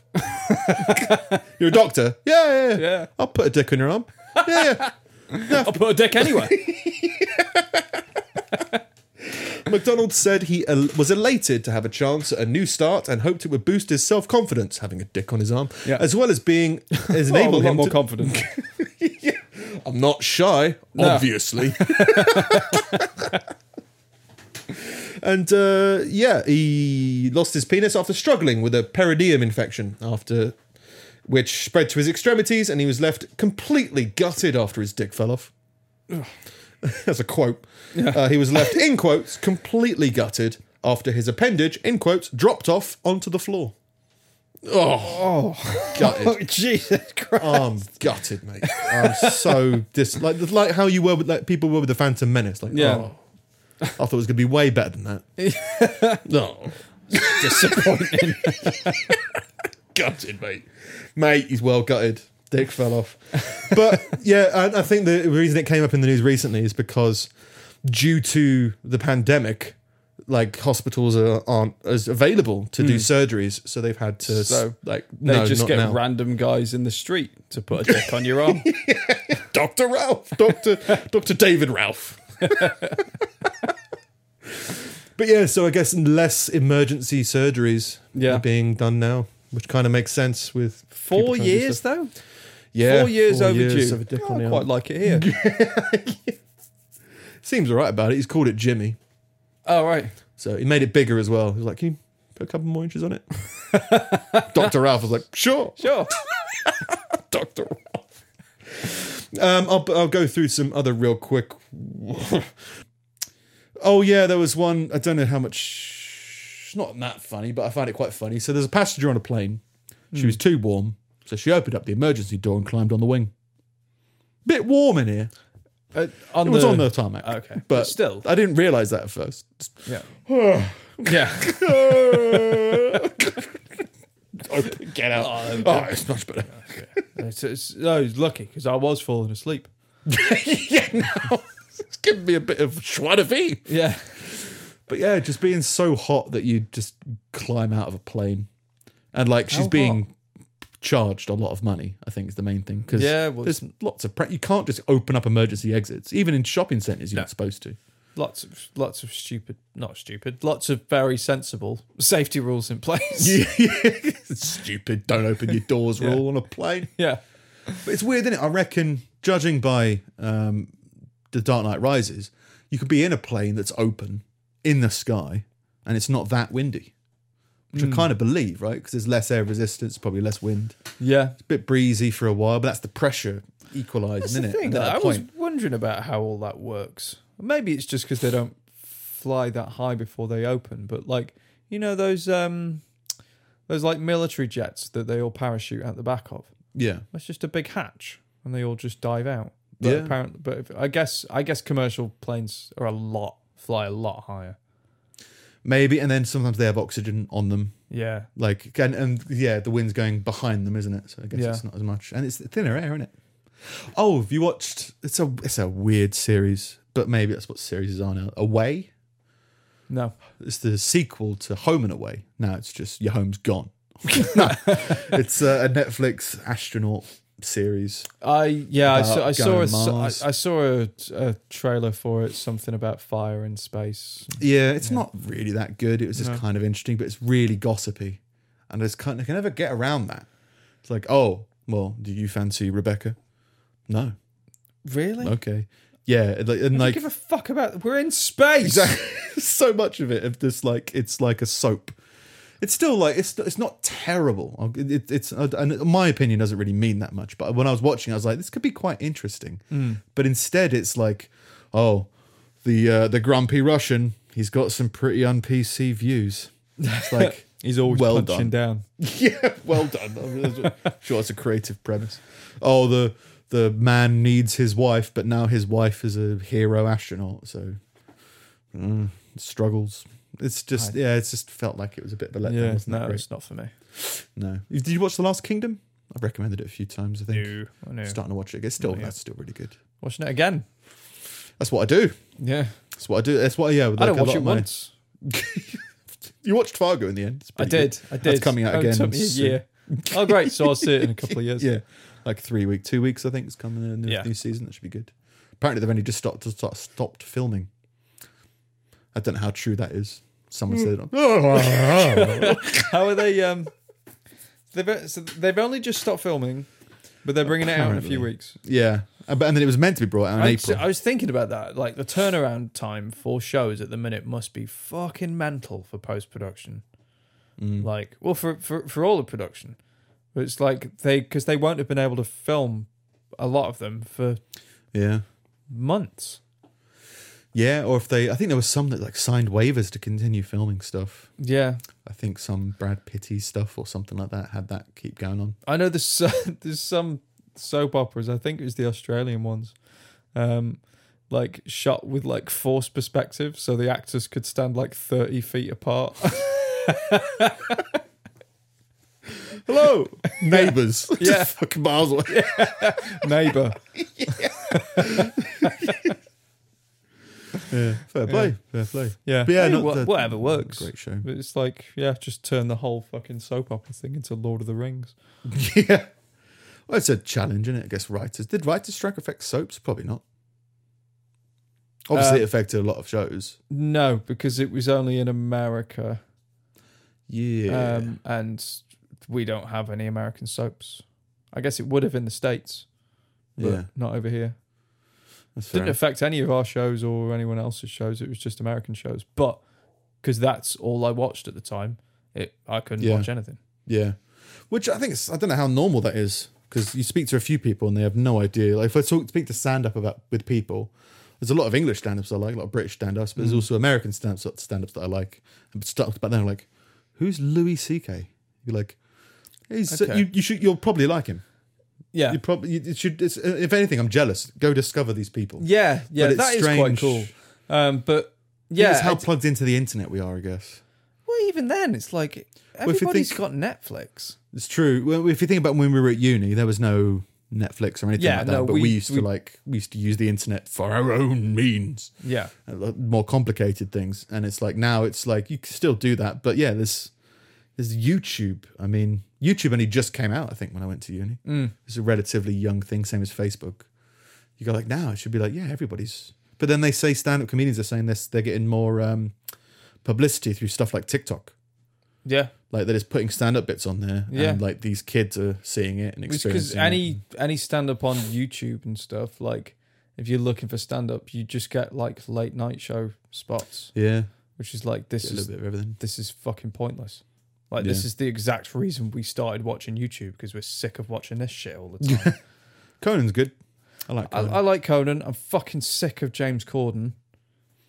Speaker 2: you're a doctor. Yeah, yeah, yeah.
Speaker 3: Yeah.
Speaker 2: I'll put a dick on your arm. Yeah,
Speaker 3: I'll put a dick anywhere.
Speaker 2: yeah. McDonald said he el- was elated to have a chance at a new start and hoped it would boost his self confidence, having a dick on his arm,
Speaker 3: Yeah.
Speaker 2: as well as being as
Speaker 3: Oh,
Speaker 2: enable
Speaker 3: a lot
Speaker 2: him
Speaker 3: more
Speaker 2: to-
Speaker 3: confident.
Speaker 2: I'm not shy, obviously. and uh, yeah, he lost his penis after struggling with a perineum infection, after which spread to his extremities, and he was left completely gutted after his dick fell off. That's a quote. Uh, he was left in quotes completely gutted after his appendage in quotes dropped off onto the floor. Oh, gutted.
Speaker 3: Jesus Christ.
Speaker 2: I'm gutted, mate. I'm so dis like like how you were with like people were with the Phantom Menace. Like,
Speaker 3: Yeah.
Speaker 2: oh, I thought it was gonna be way better than that. no,
Speaker 3: Disappointing.
Speaker 2: gutted, mate. Mate, he's well gutted. Dick fell off, but yeah, I, I think the reason it came up in the news recently is because due to the pandemic, like hospitals are, aren't as available to do surgeries, so they've had to s-
Speaker 3: So,
Speaker 2: like
Speaker 3: They
Speaker 2: no,
Speaker 3: just
Speaker 2: not
Speaker 3: get
Speaker 2: now.
Speaker 3: random guys in the street to put a dick on your arm.
Speaker 2: Dr. Ralph, Dr. Dr. David Ralph. but yeah, so I guess less emergency surgeries
Speaker 3: Yeah.
Speaker 2: are being done now, which kind of makes sense with people
Speaker 3: Four
Speaker 2: trying to do
Speaker 3: years
Speaker 2: stuff.
Speaker 3: though.
Speaker 2: Yeah,
Speaker 3: Four years overdue.
Speaker 2: of a dick
Speaker 3: Oh,
Speaker 2: on
Speaker 3: I
Speaker 2: the arm.
Speaker 3: quite like it here.
Speaker 2: Seems all right about it. He's called it Jimmy,
Speaker 3: All right.
Speaker 2: so he made it bigger as well. He was like, "Can you put a couple more inches on it?" Dr. Ralph was like, "Sure."
Speaker 3: Sure.
Speaker 2: Dr. Ralph. Um, I'll, I'll go through some other real quick. oh, yeah, there was one. I don't know how much. It's not that funny, but I found it quite funny. So there's a passenger on a plane. She
Speaker 3: Hmm.
Speaker 2: was too warm, so she opened up the emergency door and climbed on the wing. Bit warm in here.
Speaker 3: Uh, on
Speaker 2: It was on the tarmac.
Speaker 3: Oh, Okay.
Speaker 2: But,
Speaker 3: But still.
Speaker 2: I didn't realize that at first.
Speaker 3: Yeah. yeah.
Speaker 2: Get out.
Speaker 3: Oh,
Speaker 2: Oh, it's much better.
Speaker 3: it's, it's, I was lucky because I was falling asleep.
Speaker 2: yeah, no. It's giving me a bit of schwa de vie.
Speaker 3: Yeah.
Speaker 2: But yeah, just being so hot that you just climb out of a plane, and like she's
Speaker 3: hot?
Speaker 2: being charged a lot of money. I think is the main thing because
Speaker 3: Yeah, well-
Speaker 2: there's lots of pre- you can't just open up emergency exits even in shopping centres. You're not supposed to.
Speaker 3: Lots of lots of stupid, not stupid. Lots of very sensible safety rules in place.
Speaker 2: Stupid, don't open your doors rule on a plane.
Speaker 3: yeah.
Speaker 2: But it's weird, isn't it? I reckon, judging by um, the Dark Knight Rises, you could be in a plane that's open in the sky, and it's not that windy, which I kind of believe, right? Because there's less air resistance, probably less wind.
Speaker 3: Yeah.
Speaker 2: bit breezy for a while, but that's the pressure equalising, isn't
Speaker 3: That's the
Speaker 2: it?
Speaker 3: thing.
Speaker 2: At
Speaker 3: though,
Speaker 2: that
Speaker 3: I was
Speaker 2: point.
Speaker 3: wondering about how all that works. Maybe it's just because they don't fly that high before they open. But like you know those um those like military jets that they all parachute out the back of.
Speaker 2: yeah,
Speaker 3: That's just a big hatch, and they all just dive out. But
Speaker 2: Yeah.
Speaker 3: Apparently, but if, I guess I guess commercial planes are a lot fly a lot higher.
Speaker 2: maybe. And then sometimes they have oxygen on them,
Speaker 3: Yeah.
Speaker 2: like and, and yeah, the wind's going behind them, isn't it? So I guess
Speaker 3: Yeah.
Speaker 2: it's not as much, and it's thinner air, isn't it? Oh, have you watched? It's a it's a weird series, but maybe that's what series are now. Away.
Speaker 3: No.
Speaker 2: It's the sequel to Home and Away. Now it's just your home's gone. no, it's uh, a Netflix astronaut series.
Speaker 3: I yeah I
Speaker 2: About
Speaker 3: saw I saw, a,
Speaker 2: going to
Speaker 3: s- I,
Speaker 2: Mars.
Speaker 3: I saw a, a trailer for it something about fire in space
Speaker 2: Yeah, it's not really that good. It was just kind of interesting, but it's really gossipy, and I just can't. I can never get around that. It's like, oh, well, do you fancy Rebecca? No.
Speaker 3: really
Speaker 2: Okay. Yeah, and like, and
Speaker 3: I
Speaker 2: like
Speaker 3: give a fuck about we're in space
Speaker 2: so much of it of this like it's like a soap. it's still like it's it's not terrible. It, it- it's uh, and my opinion doesn't really mean that much. But when I was watching, I was like, this could be quite interesting. But instead, it's like, oh, the uh, the grumpy Russian. He's got some pretty un PC views. It's like
Speaker 3: He's always
Speaker 2: well
Speaker 3: punching
Speaker 2: done.
Speaker 3: down.
Speaker 2: yeah, well done. I mean, that's- sure, it's a creative premise. Oh, the the man needs his wife, but now his wife is a hero astronaut, so mm, struggles. It's just yeah, it's just felt like it was a bit of a letdown.
Speaker 3: yeah,
Speaker 2: wasn't
Speaker 3: no,
Speaker 2: that great?
Speaker 3: it's not for me.
Speaker 2: No. Did you watch The Last Kingdom? I've recommended it a few times. I think
Speaker 3: I know.
Speaker 2: starting to watch it. again. It's still
Speaker 3: Not yet.
Speaker 2: that's still really
Speaker 3: oh,
Speaker 2: good.
Speaker 3: Watching it again.
Speaker 2: That's what I do.
Speaker 3: Yeah,
Speaker 2: That's what I do. That's what yeah. With
Speaker 3: I don't
Speaker 2: like a
Speaker 3: watch
Speaker 2: lot
Speaker 3: it
Speaker 2: of my-
Speaker 3: once.
Speaker 2: You watched Fargo in the end. It's
Speaker 3: I
Speaker 2: pretty
Speaker 3: did.
Speaker 2: good.
Speaker 3: I did.
Speaker 2: That's coming out
Speaker 3: Oh, it
Speaker 2: again.
Speaker 3: Took me a
Speaker 2: soon.
Speaker 3: year. Oh, great. So I'll see it in a couple of years.
Speaker 2: Yeah, like three week, two weeks. I think is coming in the
Speaker 3: Yeah.
Speaker 2: new season. That should be good. Apparently, they've only just stopped stopped, stopped filming. I don't know how true that is. Someone said,
Speaker 3: Hmm.
Speaker 2: it on-
Speaker 3: How are they? Um, they've uh, so they've only just stopped filming, but they're bringing it out in a few
Speaker 2: Apparently.
Speaker 3: weeks.
Speaker 2: "Yeah," Uh, but and then it was meant to be brought out in
Speaker 3: I,
Speaker 2: April.
Speaker 3: I was thinking about that. Like the turnaround time for shows at the minute must be fucking mental for post production.
Speaker 2: Mm.
Speaker 3: Like, well, for, for for all the production, but it's like they because they won't have been able to film a lot of them for
Speaker 2: yeah,
Speaker 3: months.
Speaker 2: yeah. Or if they, I think there was some that like signed waivers to continue filming stuff.
Speaker 3: Yeah,
Speaker 2: I think some Brad Pitty stuff or something like that had that keep going on.
Speaker 3: I know there's so, there's some soap operas. I think it was the Australian ones, um, like shot with like forced perspective, so the actors could stand like thirty feet apart.
Speaker 2: Hello, neighbours. Just
Speaker 3: Yeah.
Speaker 2: fucking miles away.
Speaker 3: Neighbor,
Speaker 2: Yeah, fair play, fair play.
Speaker 3: yeah,
Speaker 2: But yeah,
Speaker 3: Hey,
Speaker 2: not
Speaker 3: wha-
Speaker 2: the-
Speaker 3: whatever works.
Speaker 2: Great show.
Speaker 3: But it's like yeah, just turn the whole fucking soap opera thing into Lord of the Rings.
Speaker 2: yeah. Well, it's a challenge, isn't it? I guess writers. Did writers' strike affect soaps? Probably not. Obviously,
Speaker 3: Uh,
Speaker 2: it affected a lot of shows.
Speaker 3: No, because it was only in America,
Speaker 2: Yeah.
Speaker 3: um, and we don't have any American soaps. I guess it would have in the states, but
Speaker 2: yeah.
Speaker 3: not over here.
Speaker 2: That's fair.
Speaker 3: didn't affect any of our shows or anyone else's shows. It was just American shows, but because that's all I watched at the time, it I couldn't
Speaker 2: Yeah.
Speaker 3: watch anything.
Speaker 2: yeah. Which I think, it's, I don't know how normal that is because you speak to a few people and they have no idea. Like, if I talk, speak to stand up about with people, there's a lot of English stand ups I like, a lot of British stand ups, but there's also American stand ups that I like. And stuff but then I'm like, who's Louis C.K.? You're like, he's,
Speaker 3: Okay.
Speaker 2: you, you should, you'll probably like him.
Speaker 3: Yeah,
Speaker 2: You probably you- it should. It's, uh, if anything, I'm jealous. Go discover these people.
Speaker 3: yeah, yeah.
Speaker 2: But it's
Speaker 3: That is quite
Speaker 2: strange.
Speaker 3: cool. Um, but
Speaker 2: Yeah,
Speaker 3: yeah,
Speaker 2: it's how
Speaker 3: it's-
Speaker 2: plugged into the internet we are. I guess
Speaker 3: well, even then, it's like
Speaker 2: if you
Speaker 3: everybody's
Speaker 2: think-
Speaker 3: got Netflix.
Speaker 2: it's true. Well, if you think about when we were at uni, there was no Netflix or anything
Speaker 3: Yeah,
Speaker 2: like that.
Speaker 3: no,
Speaker 2: but we,
Speaker 3: we-
Speaker 2: used to
Speaker 3: we-
Speaker 2: like we used to use the internet for our own means,
Speaker 3: Yeah,
Speaker 2: Uh, like, more complicated things. And it's like now it's like you can still do that, but yeah, there's there's YouTube. I mean, YouTube only just came out. I think when I went to uni, it's a relatively young thing, same as Facebook. you go like now it should be like yeah everybody's but then they say stand-up comedians are saying this they're getting more um publicity through stuff like tiktok
Speaker 3: yeah.
Speaker 2: like they're just putting stand-up bits on there
Speaker 3: Yeah.
Speaker 2: and like these kids are seeing it and
Speaker 3: Because
Speaker 2: experiencing it.
Speaker 3: any any stand up on YouTube and stuff like. If you're looking for stand up, you just get like late night show spots,
Speaker 2: yeah
Speaker 3: which is like this
Speaker 2: Get a
Speaker 3: is
Speaker 2: little bit of everything
Speaker 3: this is fucking pointless. Like this
Speaker 2: Yeah.
Speaker 3: is the exact reason we started watching YouTube because we're sick of watching this shit all the time.
Speaker 2: conan's good i like
Speaker 3: I,
Speaker 2: conan
Speaker 3: I like Conan. I'm fucking sick of James Corden.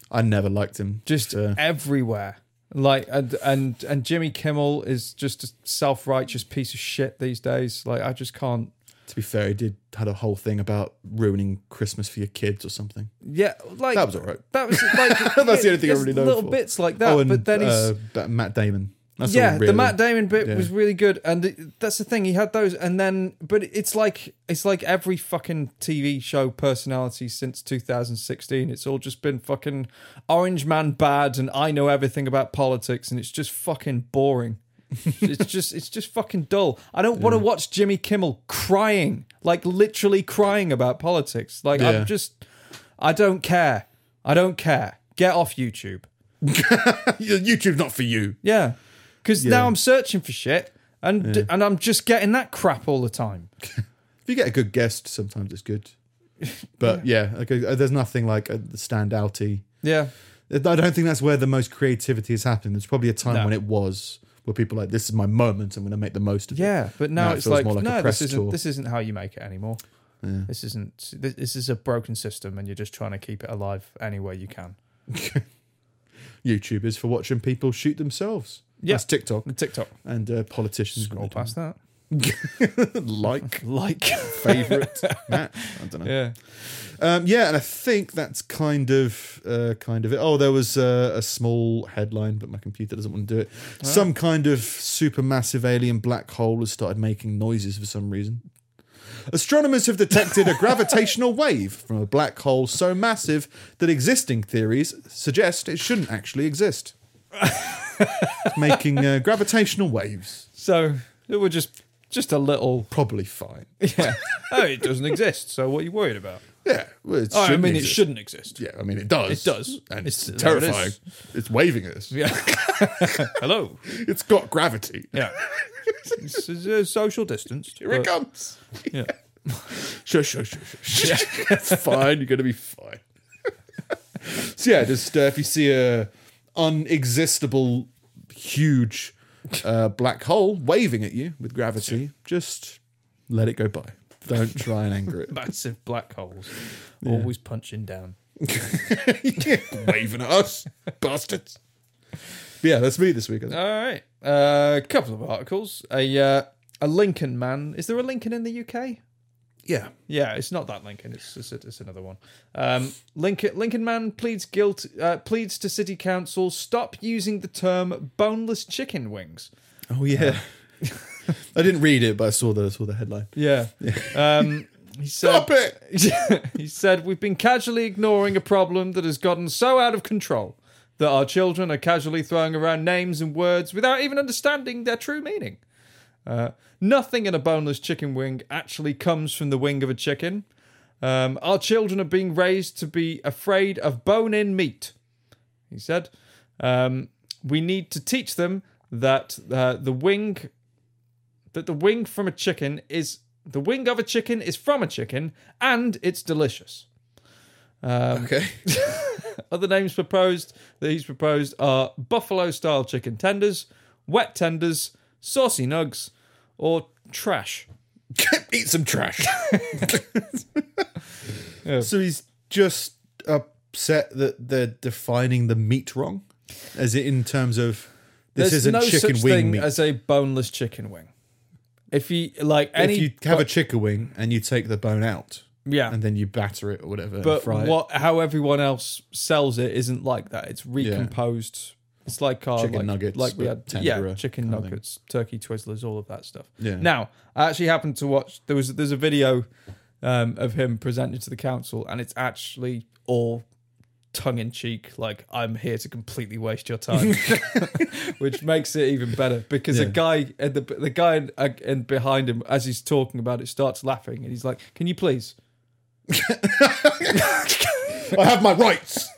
Speaker 2: I, never liked him
Speaker 3: Just
Speaker 2: Uh,
Speaker 3: everywhere. Like and and and Jimmy Kimmel is just a self righteous piece of shit these days. Like I just can't.
Speaker 2: to be fair he did had a whole thing about ruining christmas for your kids or something
Speaker 3: Yeah, like
Speaker 2: that was all right
Speaker 3: that was, like
Speaker 2: That's the only thing I
Speaker 3: there's
Speaker 2: really know
Speaker 3: Little
Speaker 2: for.
Speaker 3: bits like that,
Speaker 2: oh and
Speaker 3: but then he's
Speaker 2: uh, that matt damon that's
Speaker 3: yeah,
Speaker 2: all really.
Speaker 3: the Matt Damon bit
Speaker 2: Yeah.
Speaker 3: was really good, and th- that's the thing. He had those, and then, but it's like it's like every fucking TV show personality since 2016. It's all just been fucking Orange Man bad, and I know everything about politics, and it's just fucking boring. it's just it's just fucking dull. I don't want to watch Jimmy Kimmel crying, like literally crying about politics. Like
Speaker 2: Yeah.
Speaker 3: I'm just, I don't care. I don't care. Get off YouTube.
Speaker 2: youtube's not for you
Speaker 3: Yeah, because
Speaker 2: Yeah.
Speaker 3: now I'm searching for shit, and and I'm just getting that crap all the time.
Speaker 2: if you get a good guest, sometimes it's good. But yeah, like, uh, there's nothing like a standouty.
Speaker 3: Yeah,
Speaker 2: I don't think that's where the most creativity has happened. There's probably a time
Speaker 3: No.
Speaker 2: when it was, were people like, "This is my moment. I'm going to make the most of it."
Speaker 3: Yeah, but now,
Speaker 2: Now it
Speaker 3: it's
Speaker 2: feels
Speaker 3: like,
Speaker 2: more like a
Speaker 3: no,
Speaker 2: press
Speaker 3: this isn't
Speaker 2: tour.
Speaker 3: this isn't how you make it anymore.
Speaker 2: Yeah.
Speaker 3: This isn't this, this is a broken system, and you're just trying to keep it alive any way you can.
Speaker 2: YouTube is for watching people shoot themselves.
Speaker 3: Yeah.
Speaker 2: That's TikTok
Speaker 3: TikTok,
Speaker 2: and uh, politicians
Speaker 3: scroll past that,
Speaker 2: like
Speaker 3: like,
Speaker 2: favorite. Nah, I don't know.
Speaker 3: yeah,
Speaker 2: Um, yeah, and I think that's kind of uh, kind of it. Oh, there was uh, a small headline, but my computer doesn't want to do it.
Speaker 3: Ah.
Speaker 2: Some kind of supermassive alien black hole has started making noises for some reason. Astronomers have detected a gravitational wave from a black hole so massive that existing theories suggest it shouldn't actually exist. It's making uh, gravitational waves,
Speaker 3: so it were just just a little,
Speaker 2: probably fine.
Speaker 3: yeah. oh, it doesn't exist. So what are you worried about?
Speaker 2: Yeah, well, it
Speaker 3: Oh, I
Speaker 2: shouldn't
Speaker 3: mean, it
Speaker 2: exist.
Speaker 3: shouldn't exist.
Speaker 2: Yeah, I mean, it does.
Speaker 3: It does.
Speaker 2: and
Speaker 3: It's-
Speaker 2: it's,
Speaker 3: there it is.
Speaker 2: terrifying. it's waving at us.
Speaker 3: Yeah. Hello.
Speaker 2: It's got gravity.
Speaker 3: Yeah. This is a social distance.
Speaker 2: Here it
Speaker 3: but-
Speaker 2: comes.
Speaker 3: Yeah.
Speaker 2: Shush, shush, shush, shush. it's fine. You're going to be fine. so, yeah, just uh, if you see a unexistible, huge uh, black hole waving at you with gravity, just let it go by. Don't try and anger it.
Speaker 3: Massive black holes, always punching down.
Speaker 2: waving at us, bastards. Yeah, that's me this week. I think.
Speaker 3: All right. A uh, couple of articles. A uh, a Lincoln man. Is there a Lincoln in the UK?
Speaker 2: Yeah.
Speaker 3: Yeah, it's not that Lincoln. It's it's, it's another one. Um, Lincoln Lincoln man pleads guilt. Uh, pleads to city council stop using the term boneless chicken wings.
Speaker 2: Oh yeah. I didn't read it, but I saw the saw the headline.
Speaker 3: Yeah. Um, he said.
Speaker 2: Stop it!
Speaker 3: he said, We've been casually ignoring a problem that has gotten so out of control that our children are casually throwing around names and words without even understanding their true meaning. Uh, nothing in a boneless chicken wing actually comes from the wing of a chicken. Um, our children are being raised to be afraid of bone in meat, he said. Um, we need to teach them that uh, the wing that the wing from a chicken is the wing of a chicken is from a chicken and it's delicious.
Speaker 2: Okay.
Speaker 3: Other names proposed that he's proposed are buffalo style chicken tenders, wet tenders, saucy nugs, or trash.
Speaker 2: Eat some trash. So he's just upset that they're defining the meat wrong, as it in terms of this
Speaker 3: There's
Speaker 2: isn't
Speaker 3: no
Speaker 2: chicken
Speaker 3: such
Speaker 2: wing
Speaker 3: thing
Speaker 2: meat.
Speaker 3: as a boneless chicken wing. If you like any,
Speaker 2: if you have a chicken wing and you take the bone out
Speaker 3: yeah,
Speaker 2: and then you batter it or whatever, and
Speaker 3: but
Speaker 2: fry
Speaker 3: what how everyone else sells it isn't like that. It's recomposed. It's like our
Speaker 2: Chicken
Speaker 3: like,
Speaker 2: nuggets,
Speaker 3: like we
Speaker 2: but
Speaker 3: had yeah,
Speaker 2: tenderer
Speaker 3: chicken
Speaker 2: kind of thing.
Speaker 3: nuggets, turkey twizzlers, all of that stuff.
Speaker 2: Yeah.
Speaker 3: Now I actually happened to watch there was there's a video um, of him presented to the council, and it's actually all tongue in cheek. Like I'm here to completely waste your time, which makes it even better because the
Speaker 2: Yeah.
Speaker 3: guy at the the guy in, uh, in behind him as he's talking about it starts laughing, and he's like, "Can you please?"
Speaker 2: it. I have my rights.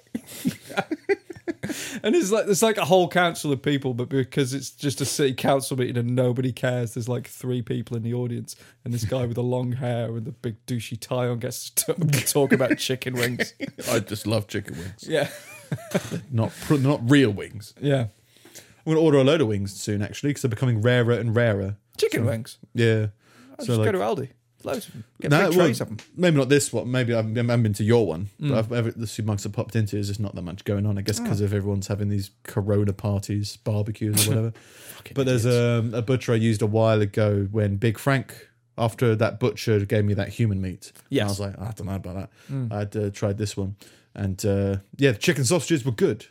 Speaker 3: And it's like there's like a whole council of people, but because it's just a city council meeting and nobody cares, there's like three people in the audience, and this guy with the long hair and the big douchey tie on gets to t- talk about chicken wings.
Speaker 2: I just love chicken wings,
Speaker 3: Yeah,
Speaker 2: not pr- not real wings.
Speaker 3: yeah,
Speaker 2: I'm gonna order a load of wings soon, actually, because they're becoming rarer and rarer.
Speaker 3: chicken wings.
Speaker 2: Yeah.
Speaker 3: I just go to Aldi. Loads of them. Get
Speaker 2: No,
Speaker 3: big
Speaker 2: well,
Speaker 3: trays of Hmm. them.
Speaker 2: Maybe not this one. Maybe I've, I haven't been to your one. But I've, every, the supermarkets I popped into is just not that much going on. I guess
Speaker 3: Oh.
Speaker 2: because of everyone's having these Corona parties, barbecues, or whatever. but there's um, a butcher I used a while ago when Big Frank, after that butcher gave me that human meat. and
Speaker 3: Yes. Hmm.
Speaker 2: I was like, "Ah, I don't know about that. I'd uh, tried this one, and uh, yeah, the chicken sausages were good.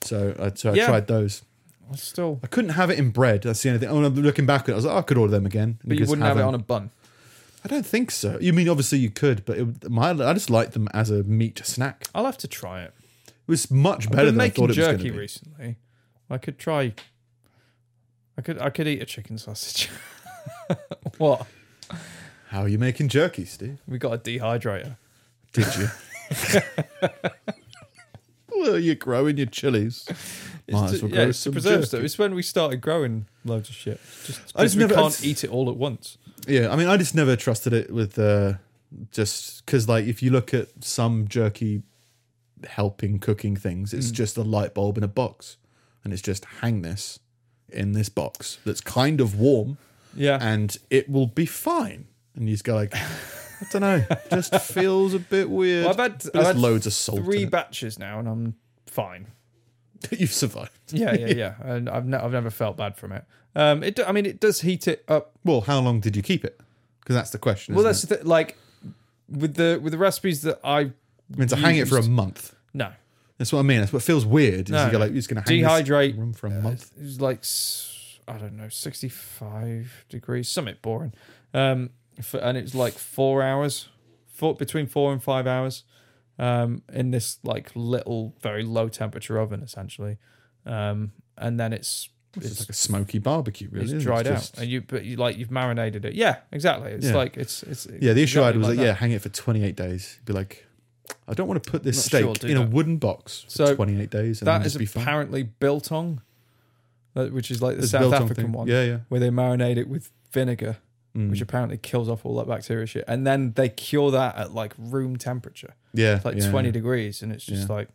Speaker 2: So I, so I
Speaker 3: Yeah.
Speaker 2: tried those.
Speaker 3: I Still,
Speaker 2: I couldn't have it in bread. That's the only thing. Oh, and I'm looking back at it, I was like, oh, I could order them again.
Speaker 3: but you wouldn't have it on a bun.
Speaker 2: I don't think so. You mean obviously you could, but it, my I just liked them as a meat snack. It
Speaker 3: I'll have to try it.
Speaker 2: was much better
Speaker 3: I've been
Speaker 2: than I
Speaker 3: making
Speaker 2: thought it was going
Speaker 3: jerky
Speaker 2: to be.
Speaker 3: recently. I could try. I could. I could eat a chicken sausage. what?
Speaker 2: How are you making jerky, Steve?
Speaker 3: We got a dehydrator.
Speaker 2: Did you? well, you're growing your chilies. Might as
Speaker 3: It's to-
Speaker 2: well
Speaker 3: yeah,
Speaker 2: grow
Speaker 3: it's to
Speaker 2: some
Speaker 3: preserve
Speaker 2: jerky.
Speaker 3: stuff. It's when we started growing loads of shit. Just
Speaker 2: I
Speaker 3: because
Speaker 2: just
Speaker 3: we
Speaker 2: never-
Speaker 3: can't eat it all at once.
Speaker 2: Yeah, I mean, I just never trusted it with uh, just because, like, if you look at some jerky
Speaker 3: Mm.
Speaker 2: helping cooking things, it's just a light bulb in a box, and it's just hang this. in this box that's kind of warm
Speaker 3: Yeah.
Speaker 2: and it will be fine. And you just go like, I don't know, just feels a bit weird.
Speaker 3: Well, I've had,
Speaker 2: But
Speaker 3: I've
Speaker 2: there's
Speaker 3: had
Speaker 2: loads of salt.
Speaker 3: three
Speaker 2: in it.
Speaker 3: batches now, and I'm fine.
Speaker 2: You've survived.
Speaker 3: Yeah, yeah, yeah. and I've ne- I've never felt bad from it. Um, it do- I mean, it does heat it up.
Speaker 2: Well, how long did you keep it? Because that's the question.
Speaker 3: Well,
Speaker 2: Well,
Speaker 3: that's the th- like with the with the recipes that I
Speaker 2: I mean, to hang it for a
Speaker 3: used-
Speaker 2: month.
Speaker 3: no,
Speaker 2: That's what I mean. That's what feels weird. Is
Speaker 3: No,
Speaker 2: you go
Speaker 3: no.
Speaker 2: like, you're just going to hang
Speaker 3: dehydrate
Speaker 2: this room for a month.
Speaker 3: it was like s- I don't know, sixty five degrees, something boring. Um, for, and it was like four hours, four, between four and five hours, um, in this like little very low temperature oven essentially, um, and then it's
Speaker 2: It's, like a smoky barbecue, really.
Speaker 3: it's
Speaker 2: isn't it?
Speaker 3: dried
Speaker 2: just-
Speaker 3: out, and you but you like you've marinated it. Yeah, exactly. It's
Speaker 2: Yeah.
Speaker 3: like it's it's
Speaker 2: Yeah, the issue I had
Speaker 3: exactly
Speaker 2: was like,
Speaker 3: that.
Speaker 2: yeah, hang it for 28 days. You'd be like, I don't want to put this
Speaker 3: Not sure I'll
Speaker 2: steak
Speaker 3: do
Speaker 2: in a
Speaker 3: that.
Speaker 2: wooden box for
Speaker 3: So,
Speaker 2: 28 days and then
Speaker 3: That
Speaker 2: just
Speaker 3: is
Speaker 2: be fine.
Speaker 3: apparently biltong, uh, which is like the
Speaker 2: There's
Speaker 3: South
Speaker 2: biltong
Speaker 3: African
Speaker 2: thing.
Speaker 3: one,
Speaker 2: Yeah, yeah.
Speaker 3: where they marinate it with vinegar,
Speaker 2: Mm.
Speaker 3: which apparently kills off all that bacteria shit, and then they cure that at like room temperature,
Speaker 2: yeah,
Speaker 3: like
Speaker 2: yeah,
Speaker 3: twenty
Speaker 2: yeah.
Speaker 3: degrees, and it's just
Speaker 2: Yeah.
Speaker 3: like,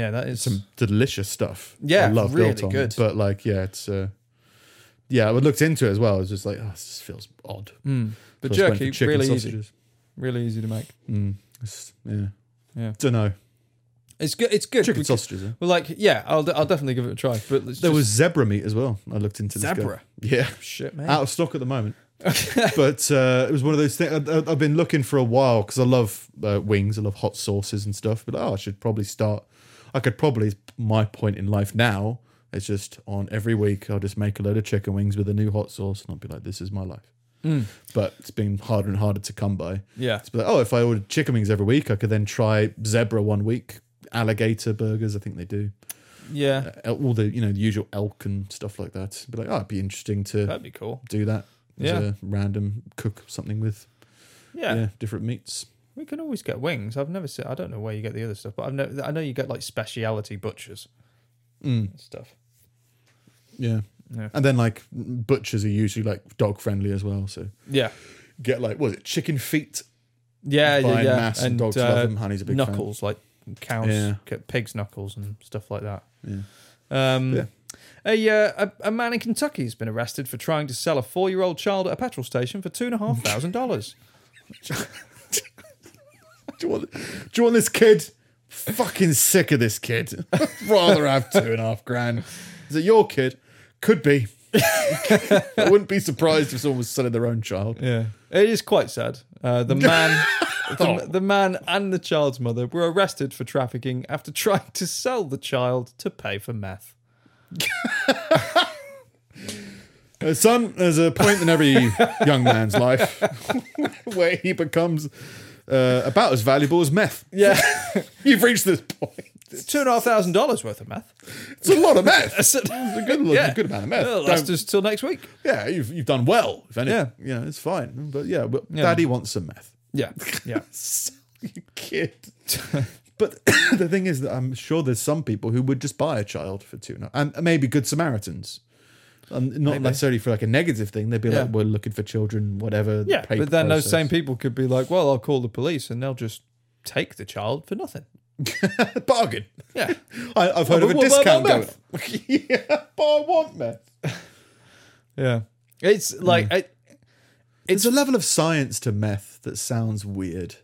Speaker 3: yeah, that is
Speaker 2: some delicious stuff.
Speaker 3: Yeah,
Speaker 2: I love
Speaker 3: really
Speaker 2: biltong,
Speaker 3: good.
Speaker 2: But like, yeah, it's uh, yeah. I looked into it as well. I was just like, oh, this feels odd.
Speaker 3: Mm. But
Speaker 2: So I just went
Speaker 3: jerky,
Speaker 2: for chicken
Speaker 3: really easy,
Speaker 2: sausages.
Speaker 3: really easy to make.
Speaker 2: Mm. It's- yeah,
Speaker 3: Yeah.
Speaker 2: Don't know
Speaker 3: It's good. It's good.
Speaker 2: chicken
Speaker 3: We could-
Speaker 2: sausages. Huh?
Speaker 3: Well, like, yeah, I'll, I'll definitely give it a try. But it's
Speaker 2: There
Speaker 3: just
Speaker 2: was zebra meat as well. I looked into this guy.
Speaker 3: Zebra?
Speaker 2: Yeah,
Speaker 3: shit, man.
Speaker 2: out of stock at the moment. but uh, it was one of those things I, I've been looking for a while because I love uh, wings. I love hot sauces and stuff. But oh, I should probably start. I could probably my point in life now. It's just on every week I'll just make a load of chicken wings with a new hot sauce and I'll be like, this is my life. But it's been harder and harder to come by.
Speaker 3: Mm. Yeah,
Speaker 2: It's been like, oh, if I ordered chicken wings every week, I could then try zebra one week, alligator burgers. I think they do
Speaker 3: yeah,
Speaker 2: Uh, all the you know the usual elk and stuff like that. Be like, oh, it'd be interesting to
Speaker 3: that'd be cool.
Speaker 2: do that. As
Speaker 3: Yeah.
Speaker 2: a random cook something with yeah.
Speaker 3: Yeah.
Speaker 2: different meats.
Speaker 3: we can always get wings. I've never seen. I don't know where you get the other stuff, but I've never, I know you get like speciality butchers
Speaker 2: Mm,
Speaker 3: and stuff.
Speaker 2: yeah.
Speaker 3: Yeah.
Speaker 2: And then like butchers are usually like dog friendly as well. So
Speaker 3: Yeah,
Speaker 2: get like what is it chicken feet?
Speaker 3: yeah, yeah,
Speaker 2: Buying
Speaker 3: yeah. uh,
Speaker 2: mass and, dogs love them. Honey's a big
Speaker 3: knuckles like cows,
Speaker 2: Yeah.
Speaker 3: get pigs' knuckles and stuff like that.
Speaker 2: fan.
Speaker 3: Um,
Speaker 2: Yeah.
Speaker 3: A, uh, a a man in Kentucky has been arrested for trying to sell a four-year-old child at a petrol station for two and a half thousand dollars.
Speaker 2: Yeah. Do you want do you want this kid? Fucking sick of this kid. Rather have two and a half grand. Is it your kid? Could be. I wouldn't be surprised if someone was selling their own child.
Speaker 3: Yeah, it is quite sad. Uh, the man,
Speaker 2: Oh.
Speaker 3: the, the man, and the child's mother were arrested for trafficking after trying to sell the child to pay for meth.
Speaker 2: Uh, son, there's a point in every young man's life where he becomes uh, about as valuable as meth.
Speaker 3: Yeah.
Speaker 2: You've reached this point.
Speaker 3: two and a half thousand dollars worth of meth.
Speaker 2: It's a lot of meth. It's
Speaker 3: it.
Speaker 2: a good,
Speaker 3: Yeah.
Speaker 2: a good amount of meth.
Speaker 3: Well,
Speaker 2: Don't-
Speaker 3: that's just till next week.
Speaker 2: yeah, you've, you've done well. If anything,
Speaker 3: Yeah.
Speaker 2: you know, it's fine. But yeah, but daddy wants some meth.
Speaker 3: Yeah, yeah,
Speaker 2: So, you kid. but the thing is that I'm sure there's some people who would just buy a child for two and a- and maybe good Samaritans. Um, not necessarily for like a negative thing. They'd be
Speaker 3: Yeah.
Speaker 2: like, "We're looking for children, whatever."
Speaker 3: yeah.
Speaker 2: pay
Speaker 3: But then those
Speaker 2: process."
Speaker 3: same people could be like, "Well, I'll call the police, and they'll just take the child for nothing."
Speaker 2: bargain.
Speaker 3: Yeah,
Speaker 2: I, I've heard of a
Speaker 3: Well, well, well,
Speaker 2: discount
Speaker 3: well,
Speaker 2: going. yeah, but I want meth.
Speaker 3: yeah. It's like it,
Speaker 2: It's a level of science to meth that sounds weird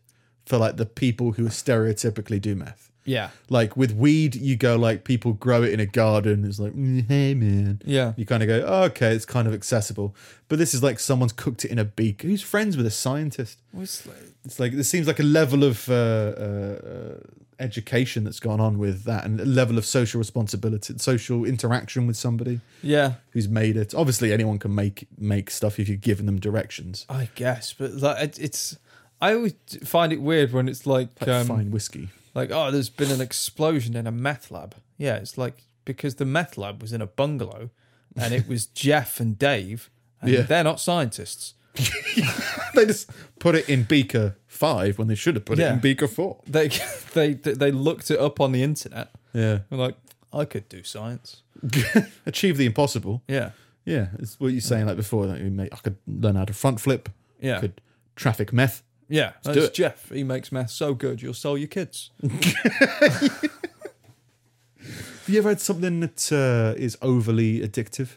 Speaker 2: for like the people who stereotypically do meth.
Speaker 3: yeah,
Speaker 2: Like with weed, you go like people grow it in a garden. It's like, mm, hey man,
Speaker 3: Yeah.
Speaker 2: You kind of go, oh, okay, it's kind of accessible. But this is like someone's cooked it in a beak. Who's friends with a scientist?
Speaker 3: it's like-
Speaker 2: It's like this seems like a level of uh, uh, education that's gone on with that, and a level of social responsibility, social interaction with somebody.
Speaker 3: yeah.
Speaker 2: who's made it. Obviously, anyone can make make stuff if you're giving them directions.
Speaker 3: I guess, but like it, it's. I always find it weird when it's like,
Speaker 2: Like
Speaker 3: um,
Speaker 2: fine whiskey.
Speaker 3: like oh, there's been an explosion in a meth lab. Yeah, it's like because the meth lab was in a bungalow, and it was Jeff and Dave, and
Speaker 2: Yeah.
Speaker 3: they're not scientists.
Speaker 2: They just put it in beaker five when they should have put it
Speaker 3: Yeah.
Speaker 2: in beaker four.
Speaker 3: They they they looked it up on the internet.
Speaker 2: Yeah,
Speaker 3: I'm like, I could do science.
Speaker 2: achieve the impossible.
Speaker 3: Yeah.
Speaker 2: Yeah, it's what you're saying like before. Like, you make- I could learn how to front flip.
Speaker 3: Yeah.
Speaker 2: could traffic meth.
Speaker 3: Yeah.
Speaker 2: do
Speaker 3: That's
Speaker 2: it.
Speaker 3: Jeff. He makes math so good, you'll sell your kids.
Speaker 2: Have you ever had something that uh, is overly addictive?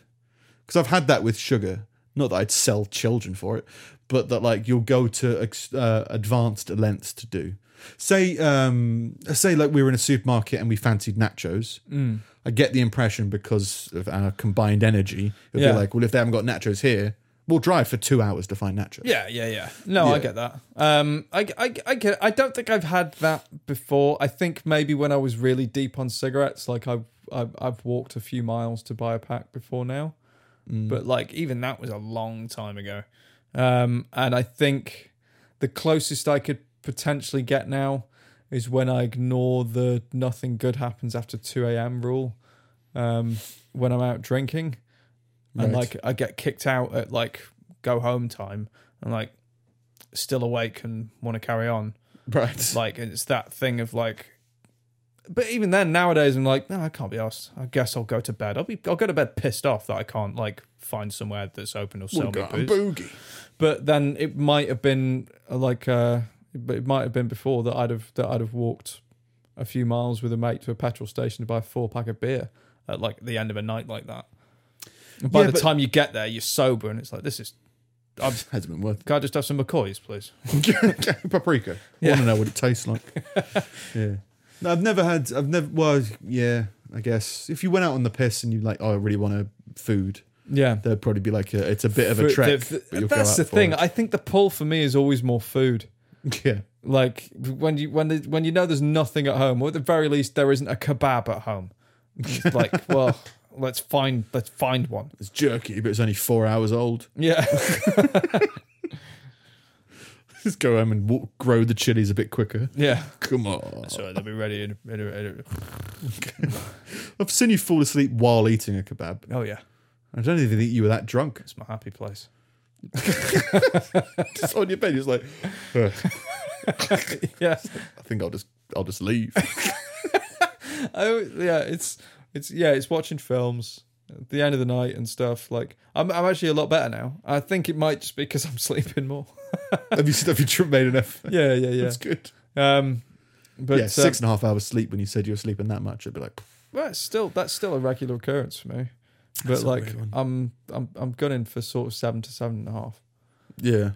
Speaker 2: Because I've had that with sugar. Not that I'd sell children for it, but that like you'll go to ex- uh, advanced lengths to do. Say, um, say like we were in a supermarket and we fancied nachos.
Speaker 3: Mm.
Speaker 2: I get the impression because of our combined energy, it'll
Speaker 3: Yeah.
Speaker 2: be like, well, if they haven't got nachos here, we'll drive for two hours to find nachos.
Speaker 3: Yeah, yeah, yeah. No, I
Speaker 2: Yeah.
Speaker 3: get that. Um, I, I, I get. I don't think I've had that before. I think maybe when I was really deep on cigarettes, like I, I've, I've walked a few miles to buy a pack before now, but like even that was a long time ago. Um, and I think the closest I could potentially get now is when I ignore the nothing good happens after two a.m. rule um, when I'm out drinking, and
Speaker 2: Right.
Speaker 3: like I get kicked out at like go home time. I'm like still awake and want to carry on.
Speaker 2: Right.
Speaker 3: Like it's that thing of like. But even then, nowadays, I'm like, no, I can't be asked. I guess I'll go to bed. I'll be, I'll go to bed pissed off that I can't like find somewhere that's open or sell me
Speaker 2: Got a
Speaker 3: booze
Speaker 2: boogie.
Speaker 3: but then it might have been uh, like uh but it might have been before that I'd have that I'd have walked a few miles with a mate to a petrol station to buy a four pack of beer at like the end of a night like that. And by
Speaker 2: Yeah,
Speaker 3: the
Speaker 2: but-
Speaker 3: time you get there, you're sober and it's like this is. I'm,
Speaker 2: Hasn't been worth
Speaker 3: can I just have some McCoys, please?
Speaker 2: paprika. I
Speaker 3: Yeah.
Speaker 2: want to know what it tastes like. yeah. No, I've never had. I've never. Well, yeah. I guess if you went out on the piss and you like, oh, I really want a food,
Speaker 3: Yeah,
Speaker 2: there'd probably be like a. It's a bit of a trek. but you'll go
Speaker 3: that's
Speaker 2: out
Speaker 3: the
Speaker 2: for
Speaker 3: thing.
Speaker 2: it.
Speaker 3: I think the pull for me is always more food.
Speaker 2: yeah.
Speaker 3: Like when you when the, when you know there's nothing at home, or at the very least there isn't a kebab at home. It's like, well, let's find let's find one.
Speaker 2: It's jerky, but it's only four hours old.
Speaker 3: Yeah,
Speaker 2: Just go home and walk, grow the chilies a bit quicker.
Speaker 3: yeah.
Speaker 2: Come on.
Speaker 3: So they'll be ready in, in, in,
Speaker 2: I've seen you fall asleep while eating a kebab.
Speaker 3: Oh yeah,
Speaker 2: I don't even think you were that drunk.
Speaker 3: it's my happy place.
Speaker 2: Just on your bed, you're just like, "Ugh,
Speaker 3: Yeah,
Speaker 2: I think I'll just, I'll just leave.
Speaker 3: oh yeah. It's it's yeah. It's watching films at the end of the night and stuff. Like I'm I'm actually a lot better now. I think it might just be because I'm sleeping more.
Speaker 2: have you, have you tr- made enough?
Speaker 3: Yeah, yeah, yeah.
Speaker 2: That's good.
Speaker 3: Um, but um,
Speaker 2: yeah, six and a half hours sleep when you said you were sleeping that much, I'd be like,
Speaker 3: Well, it's still that's still a regular occurrence for me. But
Speaker 2: That's a
Speaker 3: like
Speaker 2: weird one.
Speaker 3: I'm I'm I'm gunning for sort of seven to seven and a half.
Speaker 2: yeah.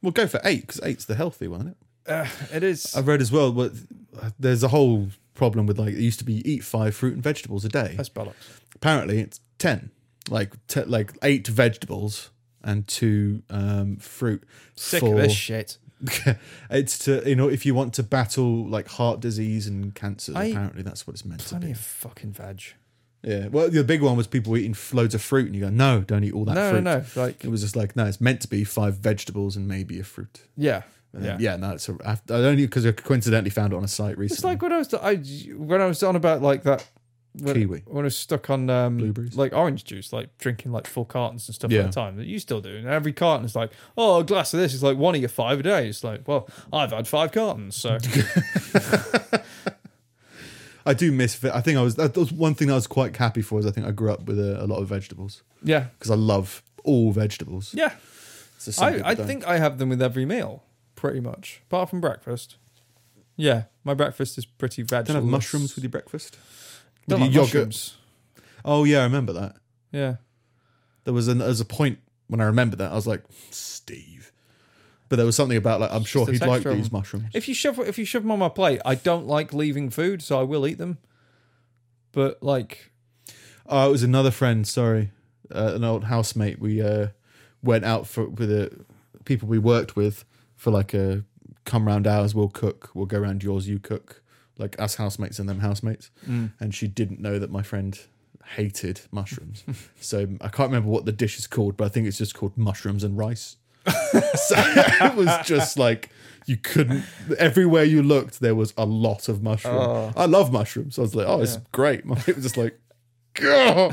Speaker 2: Well, go for eight because eight's the healthy one, isn't it?
Speaker 3: Uh, it is.
Speaker 2: I read as well, but there's a whole problem with like it used to be eat five fruit and vegetables a day.
Speaker 3: that's bollocks.
Speaker 2: Apparently, it's ten, like te- like eight vegetables and two um, fruit.
Speaker 3: Sick
Speaker 2: for-
Speaker 3: of this shit.
Speaker 2: it's to you know if you want to battle like heart disease and cancer.
Speaker 3: I-
Speaker 2: apparently, that's what it's meant to
Speaker 3: Plenty
Speaker 2: be.
Speaker 3: of fucking veg.
Speaker 2: Yeah. Well, the big one was people were eating loads of fruit, and you go, no, don't eat all that.
Speaker 3: No,
Speaker 2: fruit.
Speaker 3: no, no. Like
Speaker 2: It was just like, no, it's meant to be five vegetables and maybe a fruit.
Speaker 3: yeah,
Speaker 2: And then- yeah, no, it's a, I I only because I coincidentally found it on a site recently.
Speaker 3: It's like when I was I when I was on about like that when,
Speaker 2: Kiwi.
Speaker 3: when I was stuck on um,
Speaker 2: Blueberries.
Speaker 3: like orange juice, like drinking like full cartons and stuff
Speaker 2: Yeah.
Speaker 3: at a time that you still do, and every carton is like, oh, a glass of this is like one of your five a day. It's like, well, I've had five cartons, so
Speaker 2: I do miss. ve- I think I was that was one thing I was quite happy for is I think I grew up with a, a lot of vegetables
Speaker 3: yeah,
Speaker 2: because I love all vegetables.
Speaker 3: yeah.
Speaker 2: So some
Speaker 3: I
Speaker 2: people
Speaker 3: I
Speaker 2: don't.
Speaker 3: think I have them with every meal, pretty much, apart from breakfast. Yeah, my breakfast is pretty veg.
Speaker 2: don't have mushrooms with your breakfast.
Speaker 3: Don't
Speaker 2: with
Speaker 3: like
Speaker 2: your yogurt.
Speaker 3: mushrooms.
Speaker 2: Oh yeah, I remember that.
Speaker 3: Yeah,
Speaker 2: There was an there was a point when I remember that I was like Steve, but there was something about like I'm sure
Speaker 3: the
Speaker 2: he'd like
Speaker 3: texture of
Speaker 2: these
Speaker 3: them.
Speaker 2: mushrooms.
Speaker 3: If you shove if you shove them on my plate, I don't like leaving food, so I will eat them. But like,
Speaker 2: Oh, it was another friend. Sorry, uh, an old housemate. We uh, went out for with the people we worked with for like a come round ours. We'll cook. We'll go round yours. You cook. Like us housemates and them housemates. And she didn't know that my friend hated mushrooms. so I can't remember what the dish is called, but I think it's just called mushrooms and rice. so it was just like you couldn't. Everywhere you looked, there was a lot of mushroom.
Speaker 3: Oh.
Speaker 2: I love mushrooms. So I was like, oh, it's great. My mate was just like. "Gah."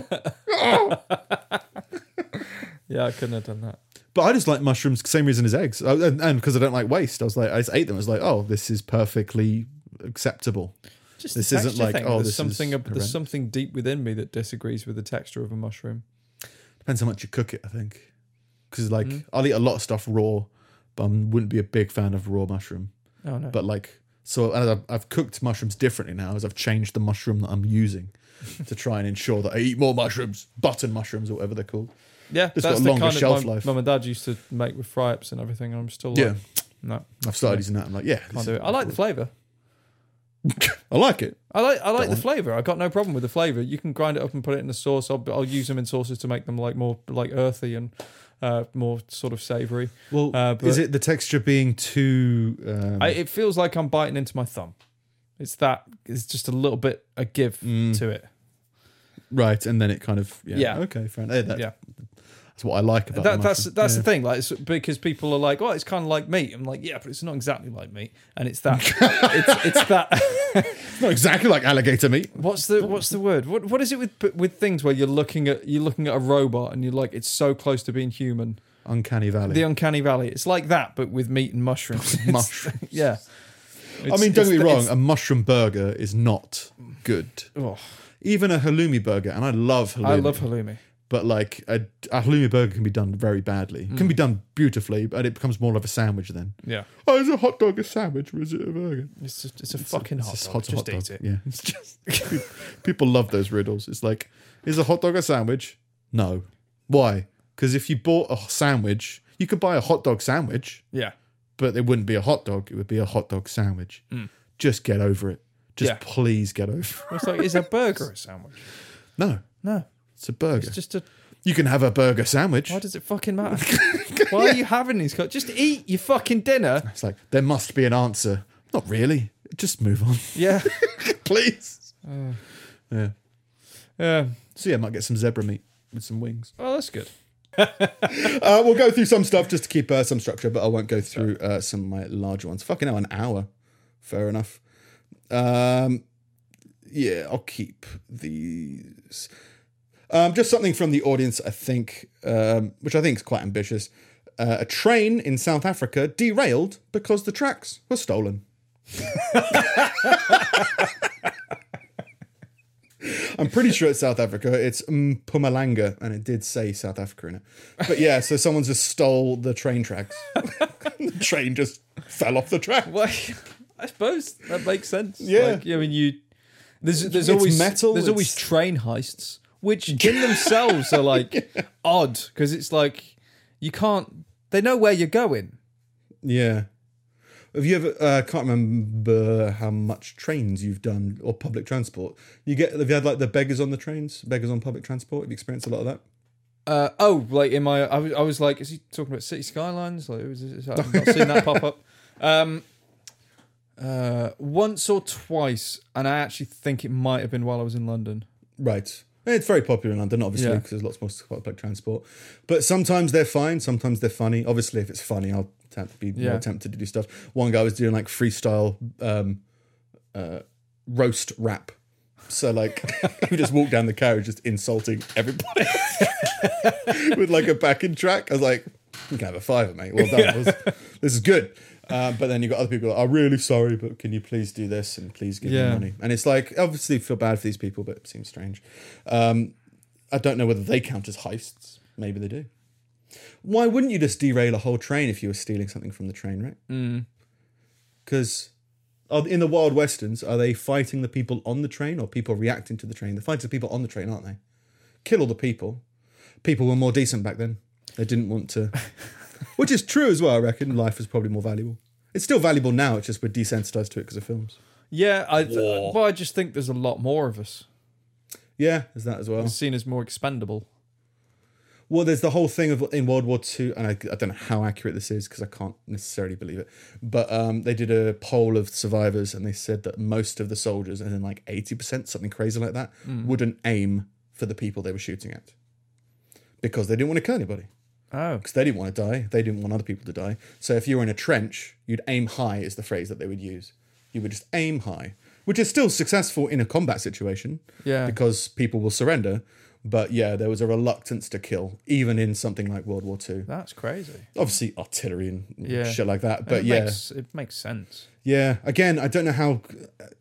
Speaker 3: yeah, I couldn't have done that.
Speaker 2: But I just like mushrooms, same reason as eggs, Oh, and because I don't like waste. I was like, I just ate them. I was like, oh, this is perfectly acceptable.
Speaker 3: Just
Speaker 2: This
Speaker 3: the
Speaker 2: isn't
Speaker 3: texture
Speaker 2: like,
Speaker 3: thing.
Speaker 2: oh,
Speaker 3: there's
Speaker 2: this is
Speaker 3: something ab-
Speaker 2: horrendous.
Speaker 3: there's something deep within me that disagrees with the texture of a mushroom.
Speaker 2: Depends how much you cook it, I think. Because
Speaker 3: Mm-hmm.
Speaker 2: like, I'll eat a lot of stuff raw, but I wouldn't be a big fan of raw mushroom.
Speaker 3: Oh no,
Speaker 2: But like, So and I've, I've cooked mushrooms differently now, as I've changed the mushroom that I'm using to try and ensure that I eat more mushrooms, button mushrooms or whatever they're called.
Speaker 3: Yeah,
Speaker 2: It's
Speaker 3: that's
Speaker 2: got a
Speaker 3: the
Speaker 2: longer
Speaker 3: kind
Speaker 2: shelf
Speaker 3: of my
Speaker 2: life.
Speaker 3: mum and dad used to make with fry ups and everything. And I'm still like,
Speaker 2: Yeah.
Speaker 3: no,
Speaker 2: I've started using that. I'm like, yeah,
Speaker 3: can't
Speaker 2: this-
Speaker 3: do it. I like the flavour.
Speaker 2: I like it.
Speaker 3: I like I like the flavour. I've got no problem with the flavour. You can grind it up and put it in the sauce. I'll, I'll use them in sauces to make them like more like earthy and uh, more sort of savoury.
Speaker 2: Well,
Speaker 3: Uh, but-
Speaker 2: is it the texture being too? Um,
Speaker 3: I, it feels like I'm biting into my thumb. It's that. It's just a little bit a give
Speaker 2: Hmm.
Speaker 3: to it.
Speaker 2: right, and then it kind of yeah.
Speaker 3: Yeah.
Speaker 2: Okay, fair enough. Hey, that-
Speaker 3: Yeah.
Speaker 2: that's what I like about
Speaker 3: That,
Speaker 2: the
Speaker 3: that's
Speaker 2: mushroom.
Speaker 3: that's
Speaker 2: Yeah.
Speaker 3: the thing. Like it's because people are like, oh, it's kind of like meat. I'm like, yeah, but it's not exactly like meat. And it's that. it's it's that.
Speaker 2: It's not exactly like alligator meat.
Speaker 3: What's the what's the word? What what is it with with things where you're looking at you're looking at a robot and you're like it's so close to being human?
Speaker 2: Uncanny Valley.
Speaker 3: The uncanny valley. It's like that, but with meat and mushrooms. It's-
Speaker 2: Mushrooms.
Speaker 3: yeah.
Speaker 2: I mean, don't
Speaker 3: It's-
Speaker 2: get me
Speaker 3: it's-
Speaker 2: wrong.
Speaker 3: it's-
Speaker 2: A mushroom burger is not good.
Speaker 3: oh,
Speaker 2: Even a halloumi burger, and I love halloumi.
Speaker 3: I love halloumi.
Speaker 2: but like a, a halloumi burger can be done very badly.
Speaker 3: Mm.
Speaker 2: It Can be done beautifully, but it becomes more of a sandwich then.
Speaker 3: Yeah.
Speaker 2: Oh, is a hot dog a sandwich or is it a burger?
Speaker 3: It's just, it's a fucking hot
Speaker 2: It's
Speaker 3: dog.
Speaker 2: hot,
Speaker 3: just
Speaker 2: hot
Speaker 3: eat
Speaker 2: dog.
Speaker 3: it.
Speaker 2: Yeah, it's just people love those riddles. It's like, is a hot dog a sandwich? No. Why? Because if you bought a sandwich, you could buy a hot dog sandwich,
Speaker 3: Yeah.
Speaker 2: but it wouldn't be a hot dog. It would be a hot dog sandwich. Just get over it. Just
Speaker 3: Hmm. Yeah.
Speaker 2: please get over it.
Speaker 3: It's like is a burger a sandwich?
Speaker 2: No,
Speaker 3: No.
Speaker 2: it's a burger.
Speaker 3: It's just a
Speaker 2: you can have a burger sandwich.
Speaker 3: why does it fucking matter? Why are you having these? co- Just eat your fucking dinner.
Speaker 2: It's like there must be an answer. Not really. Just move on,
Speaker 3: Yeah.
Speaker 2: please. Yeah.
Speaker 3: Yeah.
Speaker 2: So yeah, might get some zebra meat with some wings.
Speaker 3: Oh, that's good.
Speaker 2: Uh, we'll go through some stuff just to keep uh, some structure, but I won't go through uh, some of my larger ones. Fucking hell, an hour. Fair enough. Um, yeah, I'll keep these. Um, just something from the audience, I think, um, which I think is quite ambitious. Uh, a train in South Africa derailed because the tracks were stolen. I'm pretty sure it's South Africa. It's Mpumalanga, and it did say South Africa in it. But yeah, so someone just stole the train tracks. the train just fell off the track.
Speaker 3: Well, I suppose that makes sense.
Speaker 2: Yeah.
Speaker 3: Like, I mean, you. There's there's
Speaker 2: It's
Speaker 3: always
Speaker 2: metal,
Speaker 3: There's always
Speaker 2: it's-
Speaker 3: train heists, which in themselves are like odd because it's like you can't. They know where you're going.
Speaker 2: Yeah. Have you ever? uh, can't remember how much trains you've done or public transport. You get have you had like the beggars on the trains, beggars on public transport? Have you experienced a lot of that?
Speaker 3: Uh, oh, like in my, I was, I was like, is he talking about city skylines? Like, was, is, I've not seen that pop up. Um, uh, once or twice, and I actually think it might have been while I was in London.
Speaker 2: Right. It's very popular in London, obviously,
Speaker 3: Yeah.
Speaker 2: because there's lots more public transport. But sometimes they're fine, sometimes they're funny. Obviously, if it's funny, I'll tempt, be
Speaker 3: Yeah.
Speaker 2: more tempted to do stuff. One guy was doing like freestyle um, uh, roast rap. So, like, he just walked down the carriage just insulting everybody with like a backing track. I was like, you can have a fiver, mate. Well done. This- This is good. Um, but then you've got other people like, I'm really sorry, but can you please do this and please give
Speaker 3: Yeah.
Speaker 2: me money? And it's like, obviously, feel bad for these people, but it seems strange. Um, I don't know whether they count as heists. Maybe they do. Why wouldn't you just derail a whole train if you were stealing something from the train, right? Because in the Wild Westerns, are they fighting the people on the train or people reacting to the train? They're fighting the people on the train, aren't they? Kill all the people. People were more decent back then. They didn't want to. Which is true as well, I reckon. Life was probably more valuable. It's still valuable now, it's just we're desensitized to it because of films.
Speaker 3: Yeah, I. Well, I just think there's a lot more of us.
Speaker 2: Yeah, there's that as well.
Speaker 3: It's seen as more expendable.
Speaker 2: Well, there's the whole thing of in World War Two, and I, I don't know how accurate this is because I can't necessarily believe it. But um, they did a poll of survivors, and they said that most of the soldiers, and then like eighty percent, something crazy like that, wouldn't aim for the people they were shooting at because they didn't want to kill anybody
Speaker 3: Oh,
Speaker 2: because they didn't want to die. They didn't want other people to die. So if you were in a trench, you'd aim high is the phrase that they would use. You would just aim high, which is still successful in a combat situation.
Speaker 3: Yeah.
Speaker 2: Because people will surrender. But yeah, there was a reluctance to kill, even in something like World War II.
Speaker 3: that's crazy.
Speaker 2: Obviously, artillery and
Speaker 3: Yeah.
Speaker 2: shit like that.
Speaker 3: And
Speaker 2: But
Speaker 3: it
Speaker 2: yeah,
Speaker 3: makes, it makes sense.
Speaker 2: yeah. Again, I don't know how.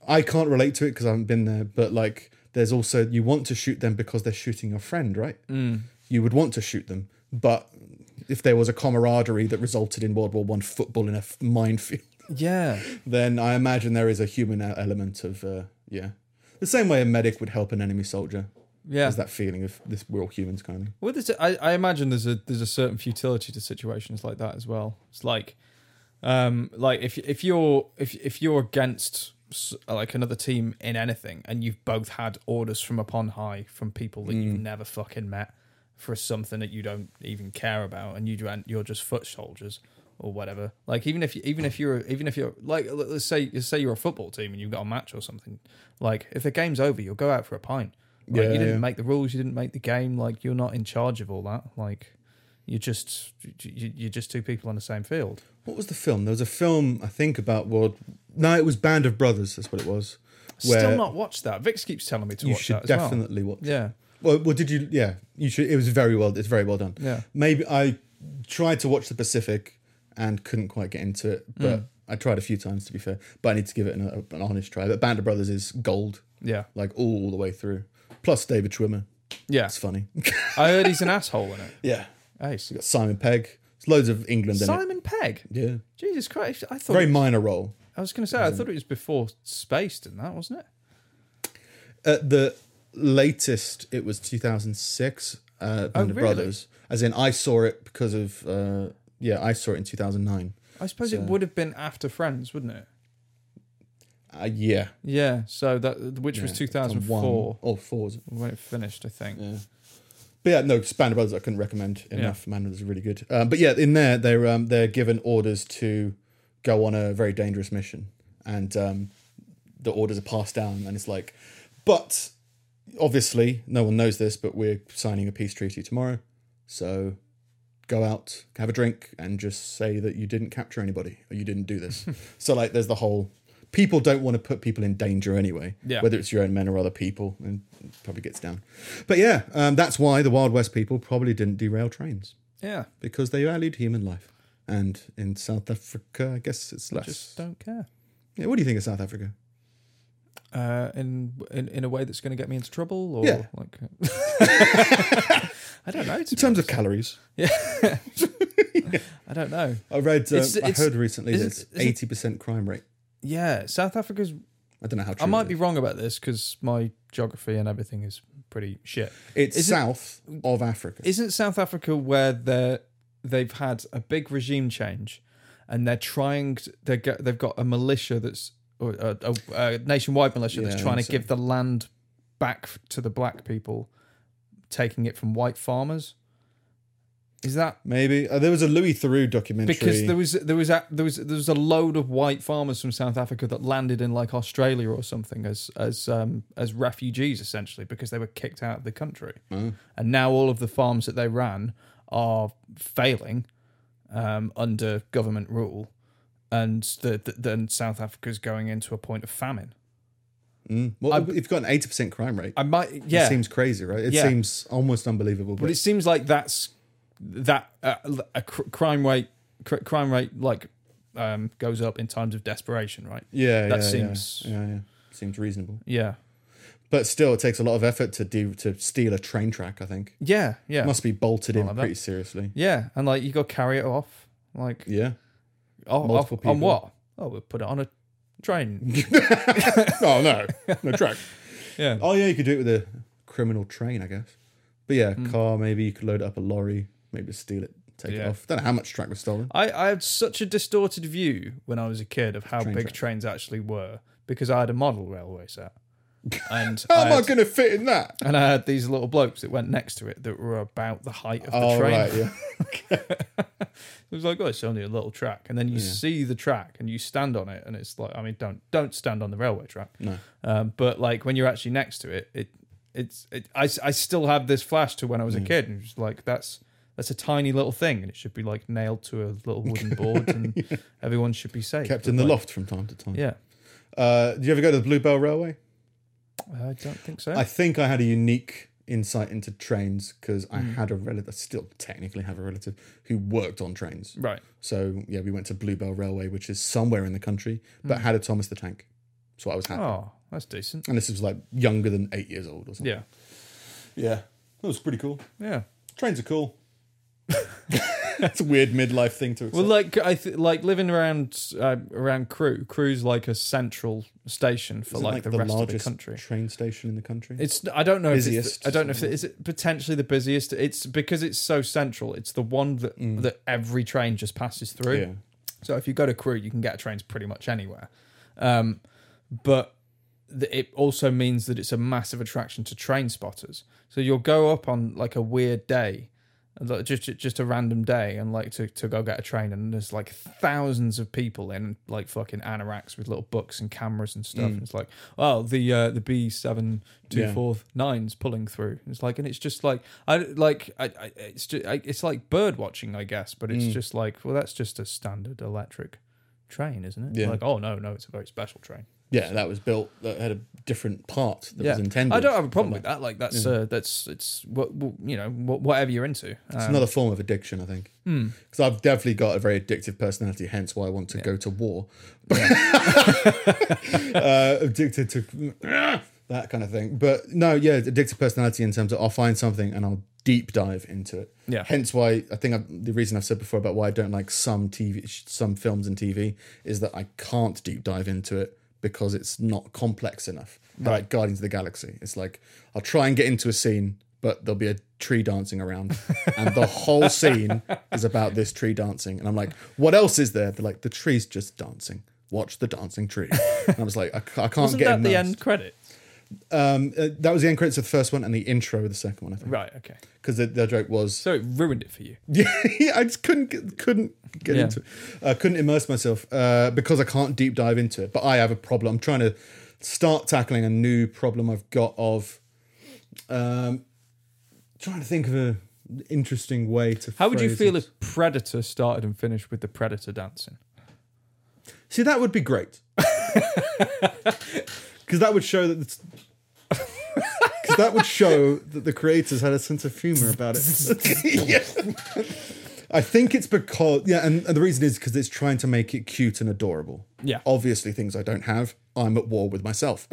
Speaker 2: I can't relate to it because I haven't been there. But like, there's also you want to shoot them because they're shooting your friend, right?
Speaker 3: Mm.
Speaker 2: You would want to shoot them, but if there was a camaraderie that resulted in World War One football in a f- minefield,
Speaker 3: Yeah.
Speaker 2: then I imagine there is a human e- element of uh, yeah. The same way a medic would help an enemy soldier.
Speaker 3: Yeah.
Speaker 2: There's that feeling of this we're all humans kind of thing.
Speaker 3: Well, there's, I, I imagine there's a there's a certain futility to situations like that as well. It's like, um, like if if you're if if you're against s- like another team in anything, and you've both had orders from upon high from people that
Speaker 2: Mm.
Speaker 3: you've never fucking met for something that you don't even care about, and you don't- you're just foot soldiers or whatever. Like even if you, even if you're even if you're like let- let's say let's say you're a football team and you've got a match or something. Like if the game's over, you'll go out for a pint. Like
Speaker 2: Yeah,
Speaker 3: you didn't
Speaker 2: yeah.
Speaker 3: make the rules, you didn't make the game. Like you're not in charge of all that. Like you're just you- you're just two people on the same field.
Speaker 2: What was the film? There was a film I think about World. No, it was Band of Brothers. That's what it was.
Speaker 3: Still not watched that. Vix keeps telling me to
Speaker 2: You
Speaker 3: watch
Speaker 2: should
Speaker 3: that as
Speaker 2: definitely watch.
Speaker 3: well. Yeah,
Speaker 2: Well, well, did you? Yeah, you should. It was very well. It's very well done.
Speaker 3: Yeah.
Speaker 2: Maybe I tried to watch the Pacific and couldn't quite get into it, but
Speaker 3: Mm.
Speaker 2: I tried a few times to be fair. But I need to give it an, an honest try. But Band of Brothers is gold,
Speaker 3: yeah,
Speaker 2: like all the way through. Plus David Schwimmer.
Speaker 3: yeah.
Speaker 2: That's funny.
Speaker 3: I heard he's an asshole in it.
Speaker 2: yeah.
Speaker 3: Ace.
Speaker 2: You got Simon Pegg. There's loads of England in it.
Speaker 3: Simon Pegg.
Speaker 2: Yeah.
Speaker 3: Jesus Christ! I thought
Speaker 2: Very minor role.
Speaker 3: I was going to say I thought it was before Spaced and that wasn't it?
Speaker 2: At the latest, it was 2006. Uh, Band of
Speaker 3: Oh, really?
Speaker 2: Brothers. As in, I saw it because of. Uh, yeah, I saw it in 2009.
Speaker 3: I suppose it would have been after Friends, wouldn't it?
Speaker 2: Uh, yeah.
Speaker 3: Yeah. So that which was
Speaker 2: Yeah,
Speaker 3: 2004
Speaker 2: Or four. was it?
Speaker 3: when it finished, I think.
Speaker 2: Yeah. But yeah, no, Spanner Brothers I couldn't recommend
Speaker 3: Yeah.
Speaker 2: enough. Man, it was really good. Um, but yeah, in there they're um, they're given orders to go on a very dangerous mission, and um, the orders are passed down, and it's like, but obviously no one knows this, but we're signing a peace treaty tomorrow, so go out, have a drink, and just say that you didn't capture anybody or you didn't do this. so like, there's the whole people don't want to put people in danger anyway,
Speaker 3: Yeah.
Speaker 2: whether it's your own men or other people, and it probably gets down. But yeah, um, that's why the Wild West people probably didn't derail trains
Speaker 3: Yeah.
Speaker 2: because they valued human life. And in South Africa, I guess it's less.
Speaker 3: Just don't care.
Speaker 2: Yeah, what do you think of South Africa?
Speaker 3: uh, in, in in a way that's going to get me into trouble, or
Speaker 2: Yeah.
Speaker 3: like I don't know. to
Speaker 2: In
Speaker 3: be
Speaker 2: terms of
Speaker 3: honest.
Speaker 2: calories,
Speaker 3: I don't know.
Speaker 2: I read, uh,
Speaker 3: It's-
Speaker 2: I
Speaker 3: it's-
Speaker 2: heard recently
Speaker 3: is it-
Speaker 2: there's
Speaker 3: is it-
Speaker 2: eighty percent crime rate.
Speaker 3: Yeah, South Africa's.
Speaker 2: I don't know how true.
Speaker 3: I
Speaker 2: it
Speaker 3: might be
Speaker 2: is.
Speaker 3: wrong about this because my geography and everything is pretty shit.
Speaker 2: It's
Speaker 3: is it-
Speaker 2: south of Africa.
Speaker 3: Isn't South Africa where they they've had a big regime change, and they're trying to, they get, they've got a militia that's or a, a, a nationwide militia
Speaker 2: Yeah,
Speaker 3: that's
Speaker 2: I
Speaker 3: trying to
Speaker 2: think so.
Speaker 3: give the land back to the black people, taking it from white farmers. Is that
Speaker 2: Maybe uh, there was a Louis Theroux documentary.
Speaker 3: because there was there was a, there was there was a load of white farmers from South Africa that landed in like Australia or something as as um, as refugees essentially because they were kicked out of the country,
Speaker 2: Mm.
Speaker 3: and now all of the farms that they ran are failing um, under government rule, and the, the, then South Africa's going into a point of famine.
Speaker 2: Mm. Well, if you've got an eighty percent crime rate,
Speaker 3: I might
Speaker 2: it
Speaker 3: Uh, yeah,
Speaker 2: seems crazy, right? It
Speaker 3: Yeah.
Speaker 2: seems almost unbelievable. But,
Speaker 3: but it seems like that's that uh, a cr- crime rate cr- crime rate like um, goes up in times of desperation, right?
Speaker 2: yeah,
Speaker 3: that
Speaker 2: yeah,
Speaker 3: seems-
Speaker 2: yeah, yeah, yeah. seems reasonable.
Speaker 3: Yeah.
Speaker 2: But still, it takes a lot of effort to do to steal a train track. I think
Speaker 3: Yeah, yeah,
Speaker 2: must be bolted in
Speaker 3: like that.
Speaker 2: pretty seriously.
Speaker 3: yeah, and like you got to carry it off, like
Speaker 2: Yeah.
Speaker 3: off,
Speaker 2: multiple
Speaker 3: off- on
Speaker 2: people.
Speaker 3: what? Oh, we will put it on a train.
Speaker 2: oh no, no track.
Speaker 3: Yeah.
Speaker 2: Oh yeah, you could do it with a criminal train, I guess. But yeah, car. Maybe you could load it up a lorry. Maybe steal it, take it
Speaker 3: Hmm. Yeah.
Speaker 2: off. Don't know how much track was stolen.
Speaker 3: I I had such a distorted view when I was a kid of how big
Speaker 2: track.
Speaker 3: trains actually were because I had a model railway set, and
Speaker 2: How
Speaker 3: I
Speaker 2: am I
Speaker 3: had,
Speaker 2: going to fit in that?
Speaker 3: and I had these little blokes that went next to it that were about the height of the
Speaker 2: Oh
Speaker 3: train.
Speaker 2: right, yeah.
Speaker 3: It was like, oh, it's only a little track, and then you see the track and you stand on it, and it's like, I mean, don't don't stand on the railway track.
Speaker 2: No.
Speaker 3: Um, but like when you're actually next to it, it it's it, I I still have this flash to when I was a kid, and it's like that's that's a tiny little thing, and it should be like nailed to a little wooden board, and everyone should be safe.
Speaker 2: Kept in the loft from time to time.
Speaker 3: Yeah,
Speaker 2: Uh, did you ever go to the Bluebell Railway?
Speaker 3: I don't think so.
Speaker 2: I think I had a unique insight into trains because I
Speaker 3: Mm.
Speaker 2: had a relative, I still technically have a relative who worked on trains.
Speaker 3: right.
Speaker 2: So yeah, we went to Bluebell Railway, which is somewhere in the country, but had a Thomas the Tank. So I was happy.
Speaker 3: Mm. Oh, that's decent.
Speaker 2: And this was like younger than eight years old or something.
Speaker 3: Yeah,
Speaker 2: Yeah. That was pretty cool.
Speaker 3: yeah.
Speaker 2: Trains are cool. That's a weird midlife thing to accept.
Speaker 3: Well, like I th- like living around uh, around Crewe. Crew's like a central station for
Speaker 2: Isn't
Speaker 3: like,
Speaker 2: like
Speaker 3: the, rest of the country.
Speaker 2: train station in the country.
Speaker 3: It's I don't know if it's
Speaker 2: Busiest,
Speaker 3: the- I don't know if it, is it potentially the busiest. It's because it's so central. It's the one that that every train just passes through.
Speaker 2: Mm. yeah.
Speaker 3: So if you go to Crewe, you can get trains pretty much anywhere. Um, but th- it also means that it's a massive attraction to train spotters. So you'll go up on like a weird day, like, just just a random day, and like to, to go get a train, and there's like thousands of people in like fucking anoraks with little books and cameras and stuff.
Speaker 2: Mm.
Speaker 3: And it's like, oh, the uh, the B seven two four nine's pulling through. It's like, and it's just like I like I, I it's just I, it's like bird watching, I guess, but
Speaker 2: Mm.
Speaker 3: it's just like well, that's just a standard electric train, isn't it?
Speaker 2: Yeah.
Speaker 3: Like, oh no, no, it's a very special train.
Speaker 2: Yeah, that was built that had a different part that was intended. Mm.
Speaker 3: I don't have a problem with that. Like that's uh, that's it's what what- you know wh- whatever you're into.
Speaker 2: It's
Speaker 3: Um, Hmm.
Speaker 2: another form of addiction, I think. Because I've definitely got a very addictive personality, hence why I want to go to war. uh, addicted to that kind of thing. But no, yeah, addictive personality in terms of I'll find something and I'll deep dive into it.
Speaker 3: Yeah.
Speaker 2: Hence why I think i the reason I've said before about why I don't like some TV, some films and TV is that I can't deep dive into it because it's not complex enough. Like Guardians of the Galaxy, it's like I'll try and get into a scene, but there'll be a tree dancing around, and the whole scene is about this tree dancing, and I'm like, what else is there? They're like, the tree's just dancing. Watch the dancing tree. And I was like, I, ca- I can't
Speaker 3: Wasn't
Speaker 2: get
Speaker 3: that the
Speaker 2: immersed.
Speaker 3: end credit?
Speaker 2: Um, uh, that was the end credits of the first one and the intro of the second one, I think.
Speaker 3: Right. Okay.
Speaker 2: Because the, the joke was,
Speaker 3: So it ruined it for you.
Speaker 2: yeah, I just couldn't get, couldn't get
Speaker 3: Yeah.
Speaker 2: into it. I couldn't immerse myself uh, because I can't deep dive into it. But I have a problem. I'm trying to start tackling a new problem I've got of um, trying to think of an interesting way to.
Speaker 3: How would you
Speaker 2: phrase
Speaker 3: feel
Speaker 2: it.
Speaker 3: if Predator started and finished with the Predator dancing?
Speaker 2: See, that would be great. Because that would show that. Because that would show that the creators had a sense of humor about it. Yeah. I think it's because yeah, and, and the reason is because it's trying to make it cute and adorable.
Speaker 3: Yeah.
Speaker 2: Obviously, things I don't have. I'm at war with myself.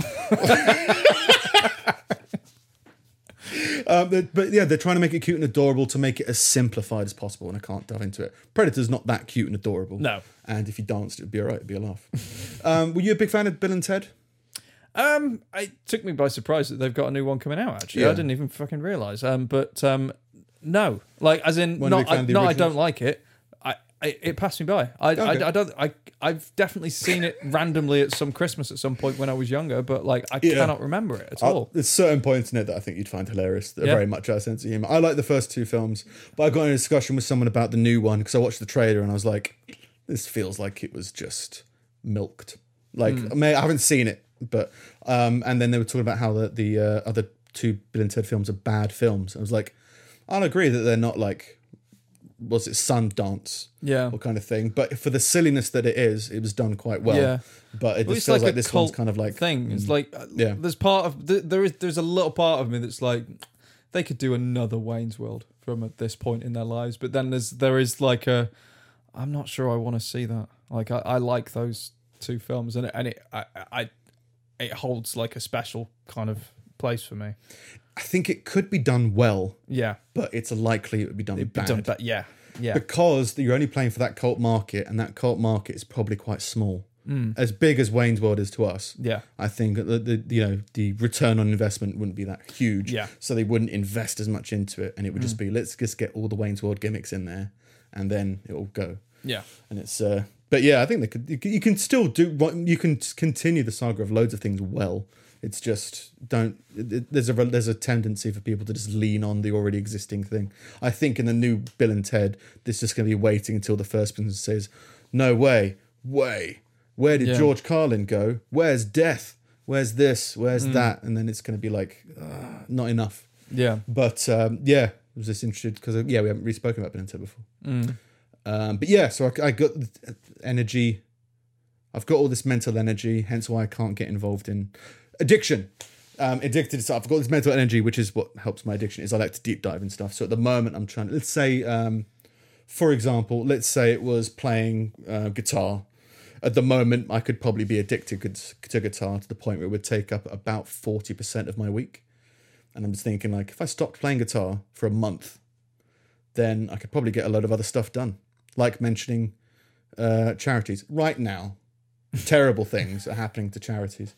Speaker 2: Um, but, but yeah, they're trying to make it cute and adorable to make it as simplified as possible, and I can't dive into it. Predator's not that cute and adorable.
Speaker 3: No.
Speaker 2: And if you danced, it'd be all right. It'd be a laugh. um, were you a big fan of Bill and Ted?
Speaker 3: Um, it took me by surprise that they've got a new one coming out. Actually, I
Speaker 2: Yeah.
Speaker 3: didn't even fucking realize. Um, but um, no, like as in
Speaker 2: Weren't
Speaker 3: not
Speaker 2: a big fan
Speaker 3: I,
Speaker 2: of the
Speaker 3: not I
Speaker 2: originals?
Speaker 3: don't like it. I, I it passed me by. I,
Speaker 2: Okay.
Speaker 3: I, I don't. I I've definitely seen it randomly at some Christmas at some point when I was younger, but like I
Speaker 2: Yeah.
Speaker 3: cannot remember it at all.
Speaker 2: There's certain points in it that I think you'd find hilarious that are
Speaker 3: Yeah.
Speaker 2: very much our sense of humor. I like the first two films, but I got in a discussion with someone about the new one because I watched the trailer and I was like, this feels like it was just milked. Like,
Speaker 3: Hmm.
Speaker 2: I, may, I haven't seen it, but um, and then they were talking about how the the uh, other two Bill and Ted films are bad films. I was like, I'll agree that they're not like, was it Sundance?
Speaker 3: Yeah.
Speaker 2: Or kind of thing, but for the silliness that it is, it was done quite well.
Speaker 3: Yeah.
Speaker 2: But it
Speaker 3: Well,
Speaker 2: just feels like, this one's kind of like mm,
Speaker 3: thing. It's like uh,
Speaker 2: Yeah.
Speaker 3: There's part of th- there is there's a little part of me that's like they could do another Wayne's World from at this point in their lives, but then there's there is like a I'm not sure I want to see that. Like I, I like those two films and it, and it I, I it holds like a special kind of place for me.
Speaker 2: I think it could be done well
Speaker 3: Yeah,
Speaker 2: but it's likely it would be done bad.
Speaker 3: done, but yeah, yeah.
Speaker 2: Because you're only playing for that cult market, and that cult market is probably quite small. As big as Wayne's World is to us,
Speaker 3: Hmm. Yeah.
Speaker 2: I think the, the you know the return on investment wouldn't be that huge.
Speaker 3: Yeah. Hmm.
Speaker 2: so they wouldn't invest as much into it, and it would just be let's just get all the Wayne's World gimmicks in there, and then it'll go.
Speaker 3: yeah.
Speaker 2: And it's uh, but yeah, I think they could. You can- you can still do what you can continue the saga of loads of things well. It's just don't. it- it- There's a there's a tendency for people to just lean on the already existing thing. I think in the new Bill and Ted, this is going to be waiting until the first person says, "No way, way. Where did
Speaker 3: Yeah.
Speaker 2: George Carlin go? Where's death? Where's this? Where's that?" And then it's going to be like, "Ah, not enough.
Speaker 3: Yeah.
Speaker 2: But um, yeah, I was just interested because yeah, we haven't really spoken about Benito before. Um, but yeah, so I, I got th- uh, energy. I've got all this mental energy, hence why I can't get involved in addiction. Um, addicted to stuff. I've got this mental energy, which is what helps my addiction. Is I like to deep dive in stuff. So at the moment, I'm trying. Let's say, um, for example, let's say it was playing uh, guitar. At the moment, I could probably be addicted gu- to guitar to the point where it would take up about forty percent of my week and I'm just thinking like if I stopped playing guitar for a month, then I could probably get a load of other stuff done, like mentioning uh, charities. Right now, terrible things are happening to charities.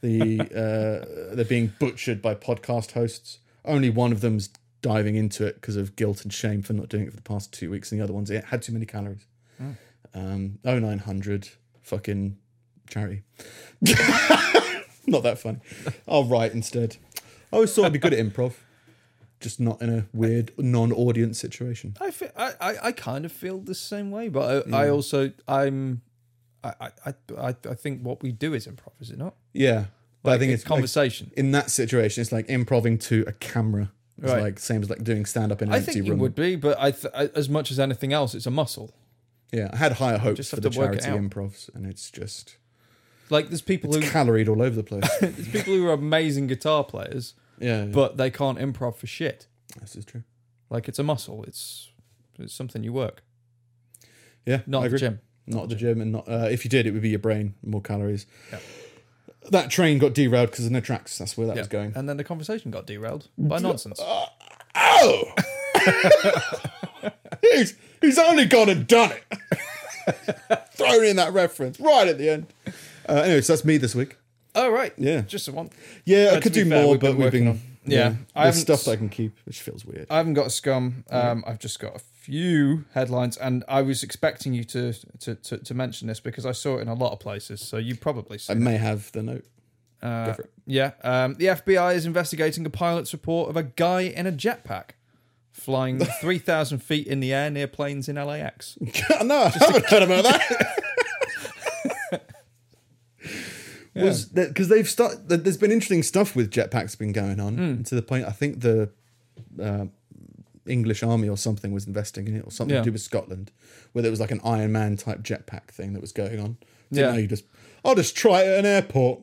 Speaker 2: The uh, they're being butchered by podcast hosts. Only one of them's diving into it because of guilt and shame for not doing it for the past two weeks, and the other one's it had too many calories. Um, 0900 fucking charity. not that funny. I'll write instead. I always thought Oh, I'd be good at improv, just not in a weird non-audience situation.
Speaker 3: I, fe I, I, I kind of feel the same way, but I, I also I'm I, I- I I I think what we do is improv, is it not?
Speaker 2: Yeah, but I think it's like,
Speaker 3: conversation.
Speaker 2: in that situation, it's like improving to a camera. It's
Speaker 3: Right.
Speaker 2: like same as like doing stand up in an
Speaker 3: I
Speaker 2: empty
Speaker 3: think it
Speaker 2: room.
Speaker 3: would be, but I, th- I as much as anything else, it's a muscle.
Speaker 2: Yeah, I had higher hopes
Speaker 3: Just
Speaker 2: for
Speaker 3: have
Speaker 2: the
Speaker 3: to work it
Speaker 2: charity
Speaker 3: out.
Speaker 2: improvs, and it's just
Speaker 3: Like there's people
Speaker 2: it's
Speaker 3: who
Speaker 2: caloried all over the place.
Speaker 3: there's people who are amazing guitar players,
Speaker 2: yeah, yeah,
Speaker 3: but they can't improv for shit.
Speaker 2: this is true.
Speaker 3: Like it's a muscle. It's it's something you work,
Speaker 2: Yeah,
Speaker 3: not
Speaker 2: I
Speaker 3: the
Speaker 2: agree.
Speaker 3: gym.
Speaker 2: not the gym, and not uh, if you did, it would be your brain, more calories. That train got derailed because of no tracks. That's where that was going.
Speaker 3: And then the conversation got derailed by nonsense.
Speaker 2: Oh, he's he's only gone and done it. Thrown in that reference right at the end. Uh, anyway, so that's me this week.
Speaker 3: oh right,
Speaker 2: Yeah.
Speaker 3: just the one.
Speaker 2: Yeah, I
Speaker 3: But
Speaker 2: could
Speaker 3: to
Speaker 2: do
Speaker 3: be fair,
Speaker 2: more,
Speaker 3: we've been
Speaker 2: but we've
Speaker 3: working
Speaker 2: been
Speaker 3: on- Yeah, I
Speaker 2: there's
Speaker 3: haven't
Speaker 2: stuff
Speaker 3: s-
Speaker 2: that I can keep, which feels weird.
Speaker 3: I haven't got a scum. Um, I've just got a few headlines, and I was expecting you to to, to, to mention this because I saw it in a lot of places. So you probably
Speaker 2: I
Speaker 3: saw.
Speaker 2: may have the note.
Speaker 3: Uh,
Speaker 2: for it.
Speaker 3: Yeah, um, the FBI is investigating a pilot's report of a guy in a jetpack flying three thousand feet in the air near planes in LAX.
Speaker 2: no, I haven't heard about that. Was because they've started. There's been interesting stuff with jetpacks been going on
Speaker 3: Hmm.
Speaker 2: to the point. I think the uh, English army or something was investing in it, or something
Speaker 3: Yeah.
Speaker 2: to do with Scotland, where there was like an Iron Man type jetpack thing that was going on. Didn't
Speaker 3: Yeah.
Speaker 2: know you just. I'll just try it at an airport.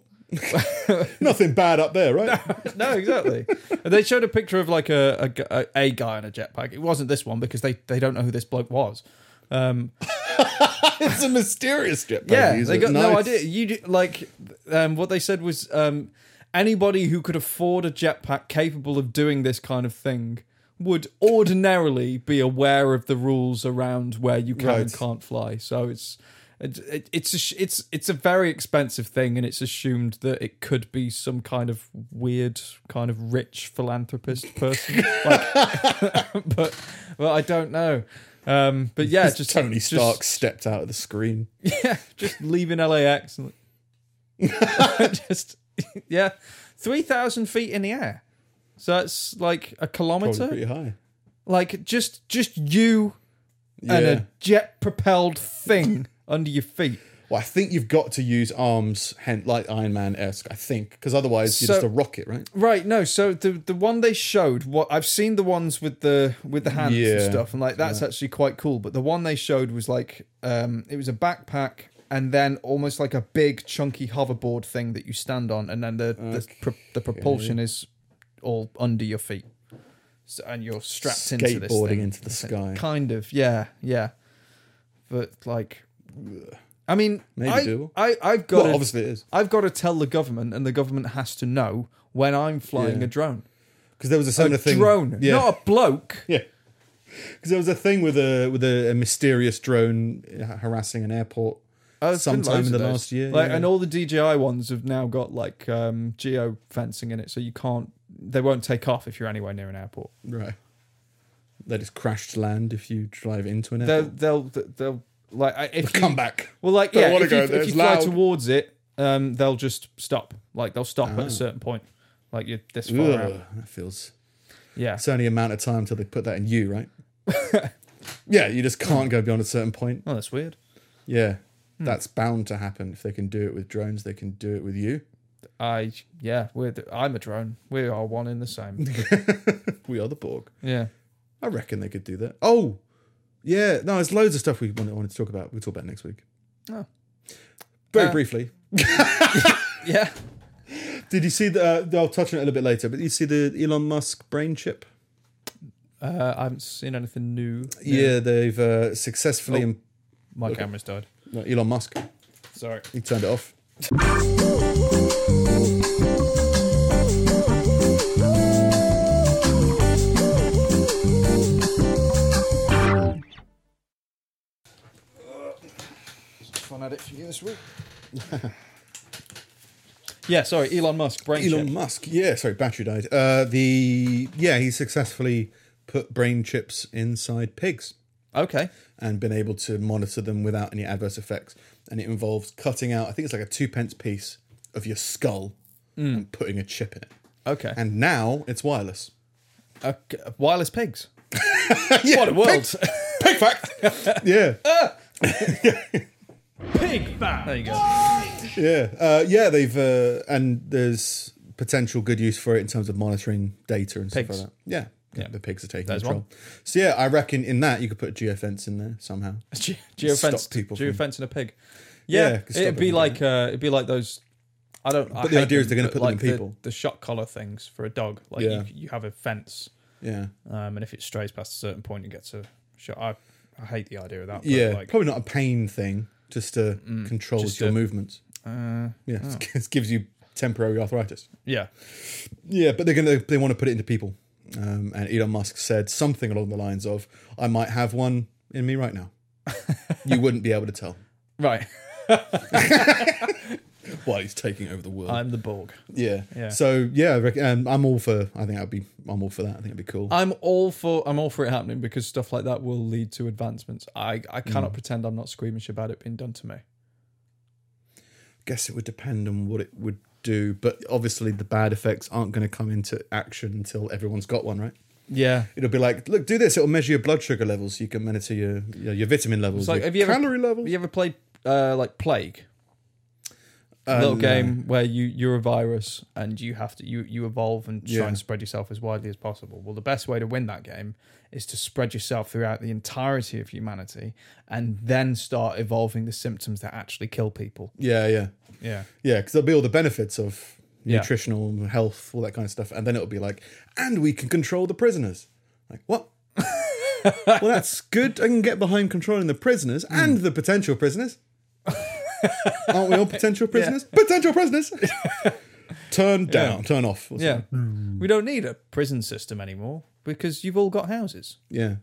Speaker 2: Nothing bad up there, right?
Speaker 3: no, exactly. they showed a picture of like a a, gu- a- a guy in a jetpack. It wasn't this one because they they don't know who this bloke was. Um,
Speaker 2: It's a mysterious jetpack.
Speaker 3: yeah,
Speaker 2: user.
Speaker 3: they got no
Speaker 2: Nice.
Speaker 3: idea. You do, like um, what they said was um, anybody who could afford a jetpack capable of doing this kind of thing would ordinarily be aware of the rules around where you can and
Speaker 2: Right.
Speaker 3: can't fly. So it's. It, it, it's a, sh- it's it's a very expensive thing, and it's assumed that it could be some kind of weird, kind of rich philanthropist person. like, but well, I don't know. Um, but yeah, just
Speaker 2: Tony
Speaker 3: just-
Speaker 2: Stark stepped out of the screen.
Speaker 3: yeah, just leaving LAX and just yeah, three thousand feet in the air. So that's like a
Speaker 2: Probably
Speaker 3: kilometer.
Speaker 2: pretty high.
Speaker 3: Like just just you and
Speaker 2: Yeah.
Speaker 3: a jet propelled thing under your feet.
Speaker 2: Well, I think you've got to use arms, hen- like Iron Man esque. I think because otherwise you're
Speaker 3: So-
Speaker 2: just a rocket, right?
Speaker 3: Right, no. So the the one they showed, what I've seen the ones with the with the hands and
Speaker 2: Yeah.
Speaker 3: stuff, and like that's actually quite cool. But the one they showed was like um, it was a backpack and then almost like a big chunky hoverboard thing that you stand on, and then the the, pro- the propulsion is all under your feet, so, and you're strapped into this
Speaker 2: Skateboarding
Speaker 3: thing.
Speaker 2: into the sky.
Speaker 3: Kind of, yeah, yeah. But like, I mean,
Speaker 2: Maybe
Speaker 3: I,
Speaker 2: doable.
Speaker 3: I I've got
Speaker 2: Well,
Speaker 3: a-
Speaker 2: obviously it is
Speaker 3: I've got to tell the government, and the government has to know when I'm flying
Speaker 2: Yeah.
Speaker 3: a drone.
Speaker 2: because there was a similar
Speaker 3: A
Speaker 2: thing.
Speaker 3: drone,
Speaker 2: yeah,
Speaker 3: not a bloke.
Speaker 2: yeah. Because there was a thing with a with a, a mysterious drone uh, harassing an airport
Speaker 3: There's Uh, Oh, been
Speaker 2: sometime
Speaker 3: loads
Speaker 2: in the
Speaker 3: of those.
Speaker 2: last year.
Speaker 3: like,
Speaker 2: yeah.
Speaker 3: and all the DJI ones have now got like um, geo fencing in it, so you can't. They won't take off if you're anywhere near an airport.
Speaker 2: right. They just crash land if you drive into an
Speaker 3: They'll
Speaker 2: airport.
Speaker 3: they'll they'll like I- if you,
Speaker 2: Come back.
Speaker 3: well like
Speaker 2: Don't
Speaker 3: yeah
Speaker 2: wanna
Speaker 3: if you,
Speaker 2: go there,
Speaker 3: if you
Speaker 2: it's
Speaker 3: fly
Speaker 2: loud.
Speaker 3: towards it, um, they'll just stop. Like they'll stop at a certain point. Like you're this far out.
Speaker 2: Oh. Ugh, that feels.
Speaker 3: Yeah.
Speaker 2: It's only amount of time until they put that in you, right? yeah, you just can't go beyond a certain point.
Speaker 3: oh, that's weird.
Speaker 2: Yeah,
Speaker 3: Hmm.
Speaker 2: that's bound to happen. If they can do it with drones, they can do it with you.
Speaker 3: I yeah. We're the, I'm a drone. We are one in the same.
Speaker 2: We are the Borg.
Speaker 3: yeah.
Speaker 2: I reckon they could do that. Oh, yeah. No, there's loads of stuff we wanted, wanted to talk about. We'll talk about next week.
Speaker 3: Oh.
Speaker 2: Very
Speaker 3: Uh,
Speaker 2: briefly,
Speaker 3: Yeah.
Speaker 2: did you see the? Uh, I'll touch on it a little bit later. But did you see the Elon Musk brain chip?
Speaker 3: Uh, I haven't seen anything new.
Speaker 2: Yeah, they've uh, successfully.
Speaker 3: Oh.
Speaker 2: im-
Speaker 3: My camera's died.
Speaker 2: no, Elon Musk.
Speaker 3: Sorry.
Speaker 2: He turned it off.
Speaker 3: from you this week. yeah, sorry, Elon Musk, brain
Speaker 2: Elon
Speaker 3: chip.
Speaker 2: Musk, yeah, sorry, battery died. Uh, the yeah, he successfully put brain chips inside pigs
Speaker 3: Okay,
Speaker 2: and been able to monitor them without any adverse effects. And it involves cutting out, I think it's like a two pence piece of your skull
Speaker 3: Hmm.
Speaker 2: and putting a chip in it.
Speaker 3: okay.
Speaker 2: And now it's wireless.
Speaker 3: Okay, Wireless pigs.
Speaker 2: Yeah,
Speaker 3: What a world.
Speaker 2: Pig fact. yeah,
Speaker 3: Pig bat. There you go.
Speaker 2: yeah, uh, yeah. They've uh, and there's potential good use for it in terms of monitoring data and stuff
Speaker 3: Pigs.
Speaker 2: like that. Yeah.
Speaker 3: Yeah.
Speaker 2: the pigs are taking
Speaker 3: There's
Speaker 2: control.
Speaker 3: one.
Speaker 2: So yeah, I reckon in that you could put a geofence in there somehow.
Speaker 3: Ge- Geofence.
Speaker 2: Stop people from-
Speaker 3: Geofence and a pig.
Speaker 2: Yeah,
Speaker 3: Yeah,
Speaker 2: 'cause stop
Speaker 3: it'd be
Speaker 2: people
Speaker 3: like uh, it'd be like those. I don't. But
Speaker 2: the idea is they're gonna put them in people.
Speaker 3: The, shot collar things for a dog. Like
Speaker 2: Yeah.
Speaker 3: you, you have a fence,
Speaker 2: Yeah,
Speaker 3: um, and if it strays past a certain point, it gets a shot. I, I hate the idea of that. but
Speaker 2: yeah.
Speaker 3: Like, Mm,
Speaker 2: Probably not a pain thing, just to control
Speaker 3: just
Speaker 2: your
Speaker 3: to-
Speaker 2: movements.
Speaker 3: uh,
Speaker 2: Yeah, it gives you temporary arthritis.
Speaker 3: yeah.
Speaker 2: Yeah, but they're gonna they want to put it into people. Um, and Elon Musk said something along the lines of, "I might have one in me right now. you wouldn't be able to tell."
Speaker 3: Right.
Speaker 2: While he's taking over the world.
Speaker 3: I'm the Borg.
Speaker 2: yeah.
Speaker 3: Yeah.
Speaker 2: So yeah, I reckon, um, I'm all for. I think I'd be. I'm all for that. I think it'd be cool.
Speaker 3: I'm all for I'm all for it happening because stuff like that will lead to advancements. I, I
Speaker 2: Mm.
Speaker 3: cannot pretend I'm not squeamish about it being done to me.
Speaker 2: guess it would depend on what it would do, but obviously the bad effects aren't going to come into action until everyone's got one, right?
Speaker 3: Yeah.
Speaker 2: It'll be like, look, do this. It'll measure your blood sugar levels. You can monitor your your, your vitamin levels,
Speaker 3: It's like
Speaker 2: your
Speaker 3: have you ever
Speaker 2: calorie levels.
Speaker 3: Have you ever played uh, like Plague? A
Speaker 2: Uh,
Speaker 3: little
Speaker 2: no.
Speaker 3: game where you you're a virus and you have to you you evolve and try
Speaker 2: Yeah.
Speaker 3: and spread yourself as widely as possible. Well, the best way to win that game is to spread yourself throughout the entirety of humanity and then start evolving the symptoms that actually kill people.
Speaker 2: Yeah, yeah,
Speaker 3: Yeah.
Speaker 2: yeah. Because there'll be all the benefits of
Speaker 3: Yeah.
Speaker 2: nutritional health, all that kind of stuff, and then it'll be like, and we can control the prisoners. Like what? well, that's good. I can get behind controlling the prisoners
Speaker 3: Hmm.
Speaker 2: and the potential prisoners. Aren't we all potential prisoners? Potential prisoners. turn down. Turn off. or
Speaker 3: Yeah. We don't need a prison system anymore because you've all got houses.
Speaker 2: Yeah.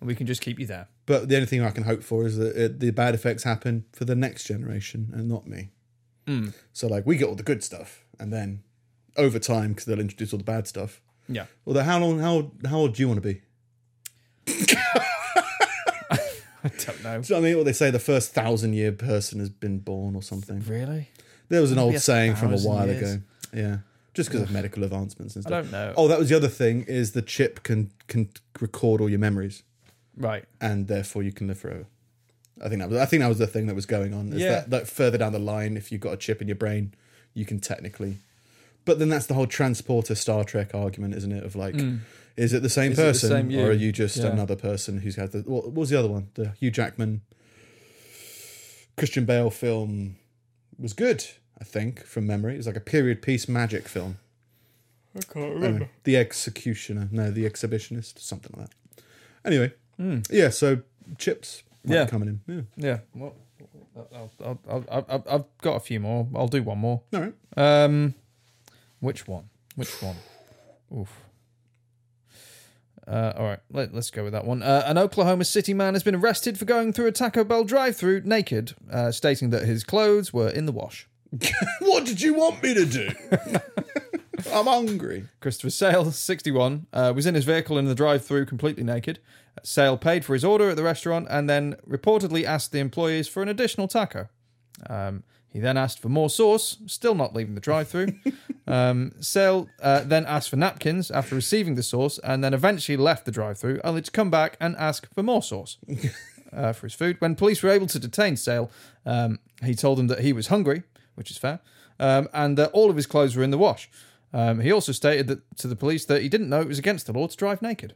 Speaker 3: and we can just keep you there.
Speaker 2: But the only thing I can hope for is that it, the bad effects happen for the next generation and not me.
Speaker 3: Hmm.
Speaker 2: So, like, we get all the good stuff, and then over time, because they'll introduce all the bad stuff.
Speaker 3: Yeah.
Speaker 2: Although, how long, how how old do you want to be?
Speaker 3: I don't know.
Speaker 2: Do you know what I mean? What they say, the first thousand year person has been born or something.
Speaker 3: Really?
Speaker 2: There was an
Speaker 3: be
Speaker 2: old
Speaker 3: a
Speaker 2: saying from a
Speaker 3: thousand
Speaker 2: while
Speaker 3: years.
Speaker 2: ago. Yeah. Just because of medical advancements and
Speaker 3: I
Speaker 2: stuff.
Speaker 3: don't know.
Speaker 2: Oh, that was the other thing is the chip can can record all your memories.
Speaker 3: Right.
Speaker 2: and therefore you can live forever. I think that was I think that was the thing that was going on. Is
Speaker 3: Yeah.
Speaker 2: that, that further down the line, if you've got a chip in your brain, you can technically. But then that's the whole transporter Star Trek argument, isn't it? Of like, is it the
Speaker 3: Hmm.
Speaker 2: same
Speaker 3: Is it the
Speaker 2: person,
Speaker 3: same you?
Speaker 2: or are you just
Speaker 3: Yeah.
Speaker 2: another person who's had the what, what was the other one? The Hugh Jackman, Christian Bale film was good, I think, from memory. It was like a period piece magic film.
Speaker 3: I can't
Speaker 2: Anyway, Mm. the executioner, no, the exhibitionist, something like that. Anyway, yeah. So chips, might
Speaker 3: Hmm. Yeah.
Speaker 2: be coming in. Yeah.
Speaker 3: Yeah. Well, I'll, I'll, I'll, I'll, I've got a few more. I'll do one more.
Speaker 2: All right.
Speaker 3: Um, which one? Which one? Oof. Uh, all right, let, us go with that one. Uh, an Oklahoma City man has been arrested for going through a Taco Bell drive-through naked, uh, stating that his clothes were in the wash.
Speaker 2: What did you want me to do? I'm hungry.
Speaker 3: Christopher Sale, 61, uh, was in his vehicle in the drive through completely naked. Sale paid for his order at the restaurant and then reportedly asked the employees for an additional taco. Um, he then asked for more sauce, still not leaving the drive through. um, Sale uh, then asked for napkins after receiving the sauce and then eventually left the drive through, only to come back and ask for more sauce uh, for his food. When police were able to detain Sale, um, he told them that he was hungry, which is fair, um, and that all of his clothes were in the wash. Um, he also stated that to the police that he didn't know it was against the law to drive naked.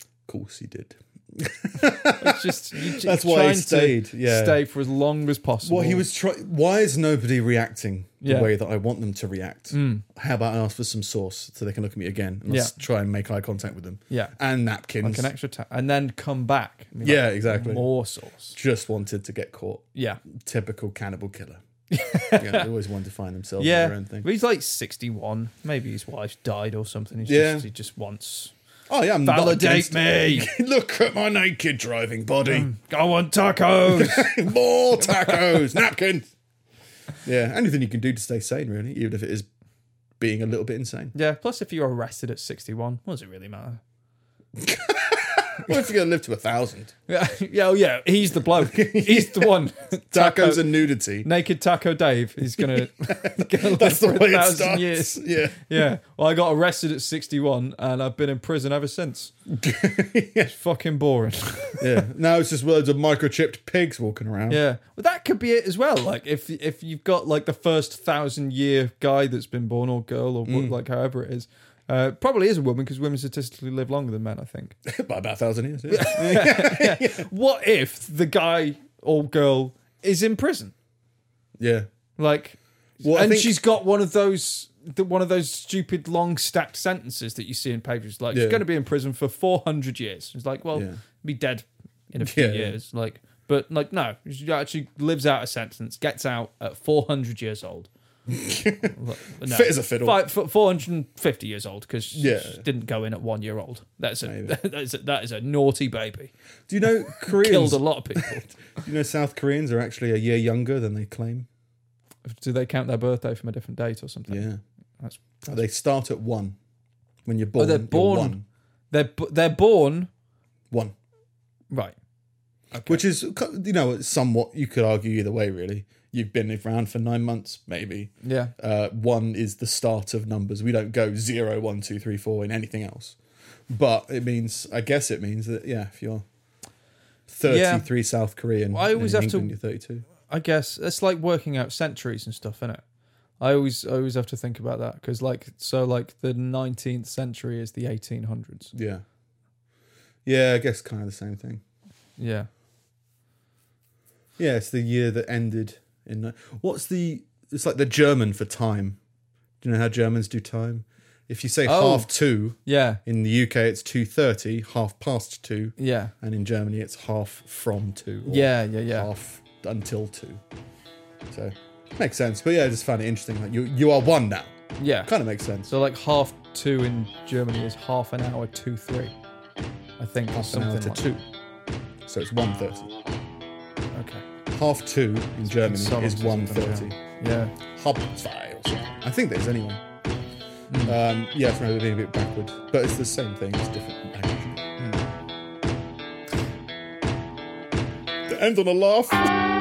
Speaker 2: Of course he did.
Speaker 3: It's just you j-
Speaker 2: That's why he
Speaker 3: trying to
Speaker 2: stayed, yeah.
Speaker 3: stay for as long as possible.
Speaker 2: Well, he was trying. Why is nobody reacting the
Speaker 3: Yeah. Hmm.
Speaker 2: way that I want them to react? How about I ask for some sauce so they can look at me again and I'll
Speaker 3: Yeah.
Speaker 2: s- try and make eye contact with them?
Speaker 3: Yeah.
Speaker 2: And napkins.
Speaker 3: an extra time, and then come back. and be
Speaker 2: Yeah,
Speaker 3: like,
Speaker 2: exactly.
Speaker 3: More sauce.
Speaker 2: Just wanted to get caught.
Speaker 3: Yeah,
Speaker 2: Typical cannibal killer. yeah, they always wanted to find themselves in
Speaker 3: yeah.
Speaker 2: their own thing.
Speaker 3: But he's like sixty-one. Maybe his wife died or something. He's
Speaker 2: Yeah.
Speaker 3: just, he just wants
Speaker 2: I am not
Speaker 3: Validate
Speaker 2: against-
Speaker 3: me.
Speaker 2: Look at my naked driving body.
Speaker 3: I want tacos.
Speaker 2: More tacos, napkins. Yeah, anything you can do to stay sane, really, even if it is being a little bit insane.
Speaker 3: yeah. Plus, if you're arrested at 61, what does it really matter?
Speaker 2: What if you're going to live to a thousand?
Speaker 3: Yeah, yeah, oh, yeah. He's the bloke. He's the one. Taco-
Speaker 2: Tacos and nudity.
Speaker 3: naked taco Dave is gonna, gonna live
Speaker 2: That's the
Speaker 3: for
Speaker 2: way
Speaker 3: a
Speaker 2: it
Speaker 3: thousand
Speaker 2: starts.
Speaker 3: years.
Speaker 2: Yeah.
Speaker 3: Yeah. Well, I got arrested at 61 and I've been in prison ever since. It's fucking boring.
Speaker 2: Yeah. Now it's just loads of microchipped pigs walking around.
Speaker 3: Yeah. Well, that could be it as well. Like if if you've got like the first thousand year guy that's been born or girl or
Speaker 2: Mm.
Speaker 3: what, like however it is. Uh, probably is a woman because women statistically live longer than men, I think.
Speaker 2: By about a thousand years. Yeah.
Speaker 3: What if the guy or girl is in prison?
Speaker 2: yeah.
Speaker 3: Like,
Speaker 2: Well, I
Speaker 3: and
Speaker 2: think-
Speaker 3: she's got one of those the, one of those stupid long stacked sentences that you see in papers. Like
Speaker 2: Yeah.
Speaker 3: she's going to be in prison for four hundred years. It's like, well,
Speaker 2: Yeah.
Speaker 3: be dead in a few
Speaker 2: Yeah, yeah.
Speaker 3: years. Like, but like no, she actually lives out a sentence, gets out at four hundred years old. Like, no.
Speaker 2: Fit as a fiddle.
Speaker 3: Fi- f- 450 years old because she
Speaker 2: Yeah.
Speaker 3: didn't go in at one year old. That's a, that, is a that is a naughty baby.
Speaker 2: Do you know Koreans?
Speaker 3: Killed a lot of people.
Speaker 2: Do you know South Koreans are actually a year younger than they claim?
Speaker 3: Do they count their birthday from a different date or something?
Speaker 2: Yeah.
Speaker 3: That's Oh,
Speaker 2: They start at one when you're born.
Speaker 3: they're
Speaker 2: you're
Speaker 3: born.
Speaker 2: one.
Speaker 3: They're b- they're born
Speaker 2: One.
Speaker 3: right.
Speaker 2: Which is, you know, somewhat, you could argue either way, really. You've been around for nine months, maybe.
Speaker 3: Yeah.
Speaker 2: Uh, one is the start of numbers. We don't go zero, one, two, three, four in anything else. But it means, I guess it means that, yeah, if you're 33 South Korean,
Speaker 3: I always
Speaker 2: in
Speaker 3: have to-
Speaker 2: England, you're 32.
Speaker 3: I guess it's like working out centuries and stuff, innit? I always I always have to think about that because like so like the 19th century is the 1800s.
Speaker 2: Yeah. Yeah, I guess kind of the same thing.
Speaker 3: Yeah.
Speaker 2: Yeah, it's the year that ended in. ni- What's the. It's like the German for time. Do you know how Germans do time? If you say
Speaker 3: Oh.
Speaker 2: half two,
Speaker 3: Yeah.
Speaker 2: in the UK it's 2.30, half past two.
Speaker 3: Yeah.
Speaker 2: And in Germany it's half from two. or
Speaker 3: Yeah, yeah, yeah.
Speaker 2: Half until two. So, makes sense. But yeah, I just found it interesting. Like, you, you are one now.
Speaker 3: Yeah.
Speaker 2: Kind of makes sense.
Speaker 3: So like half 2 in Germany is half an hour to 3. I think or
Speaker 2: Half an
Speaker 3: something
Speaker 2: hour to
Speaker 3: like
Speaker 2: two. So it's 1.30.
Speaker 3: that. Okay.
Speaker 2: Half two in Germany
Speaker 3: Some
Speaker 2: is
Speaker 3: of them
Speaker 2: 1.30.
Speaker 3: Yeah. Hmm.
Speaker 2: Hub file. I think there's anyway. Um, yeah, it's maybe a bit backward, but it's the same thing. It's different
Speaker 3: Hmm.
Speaker 2: packaging. It ends on a laugh.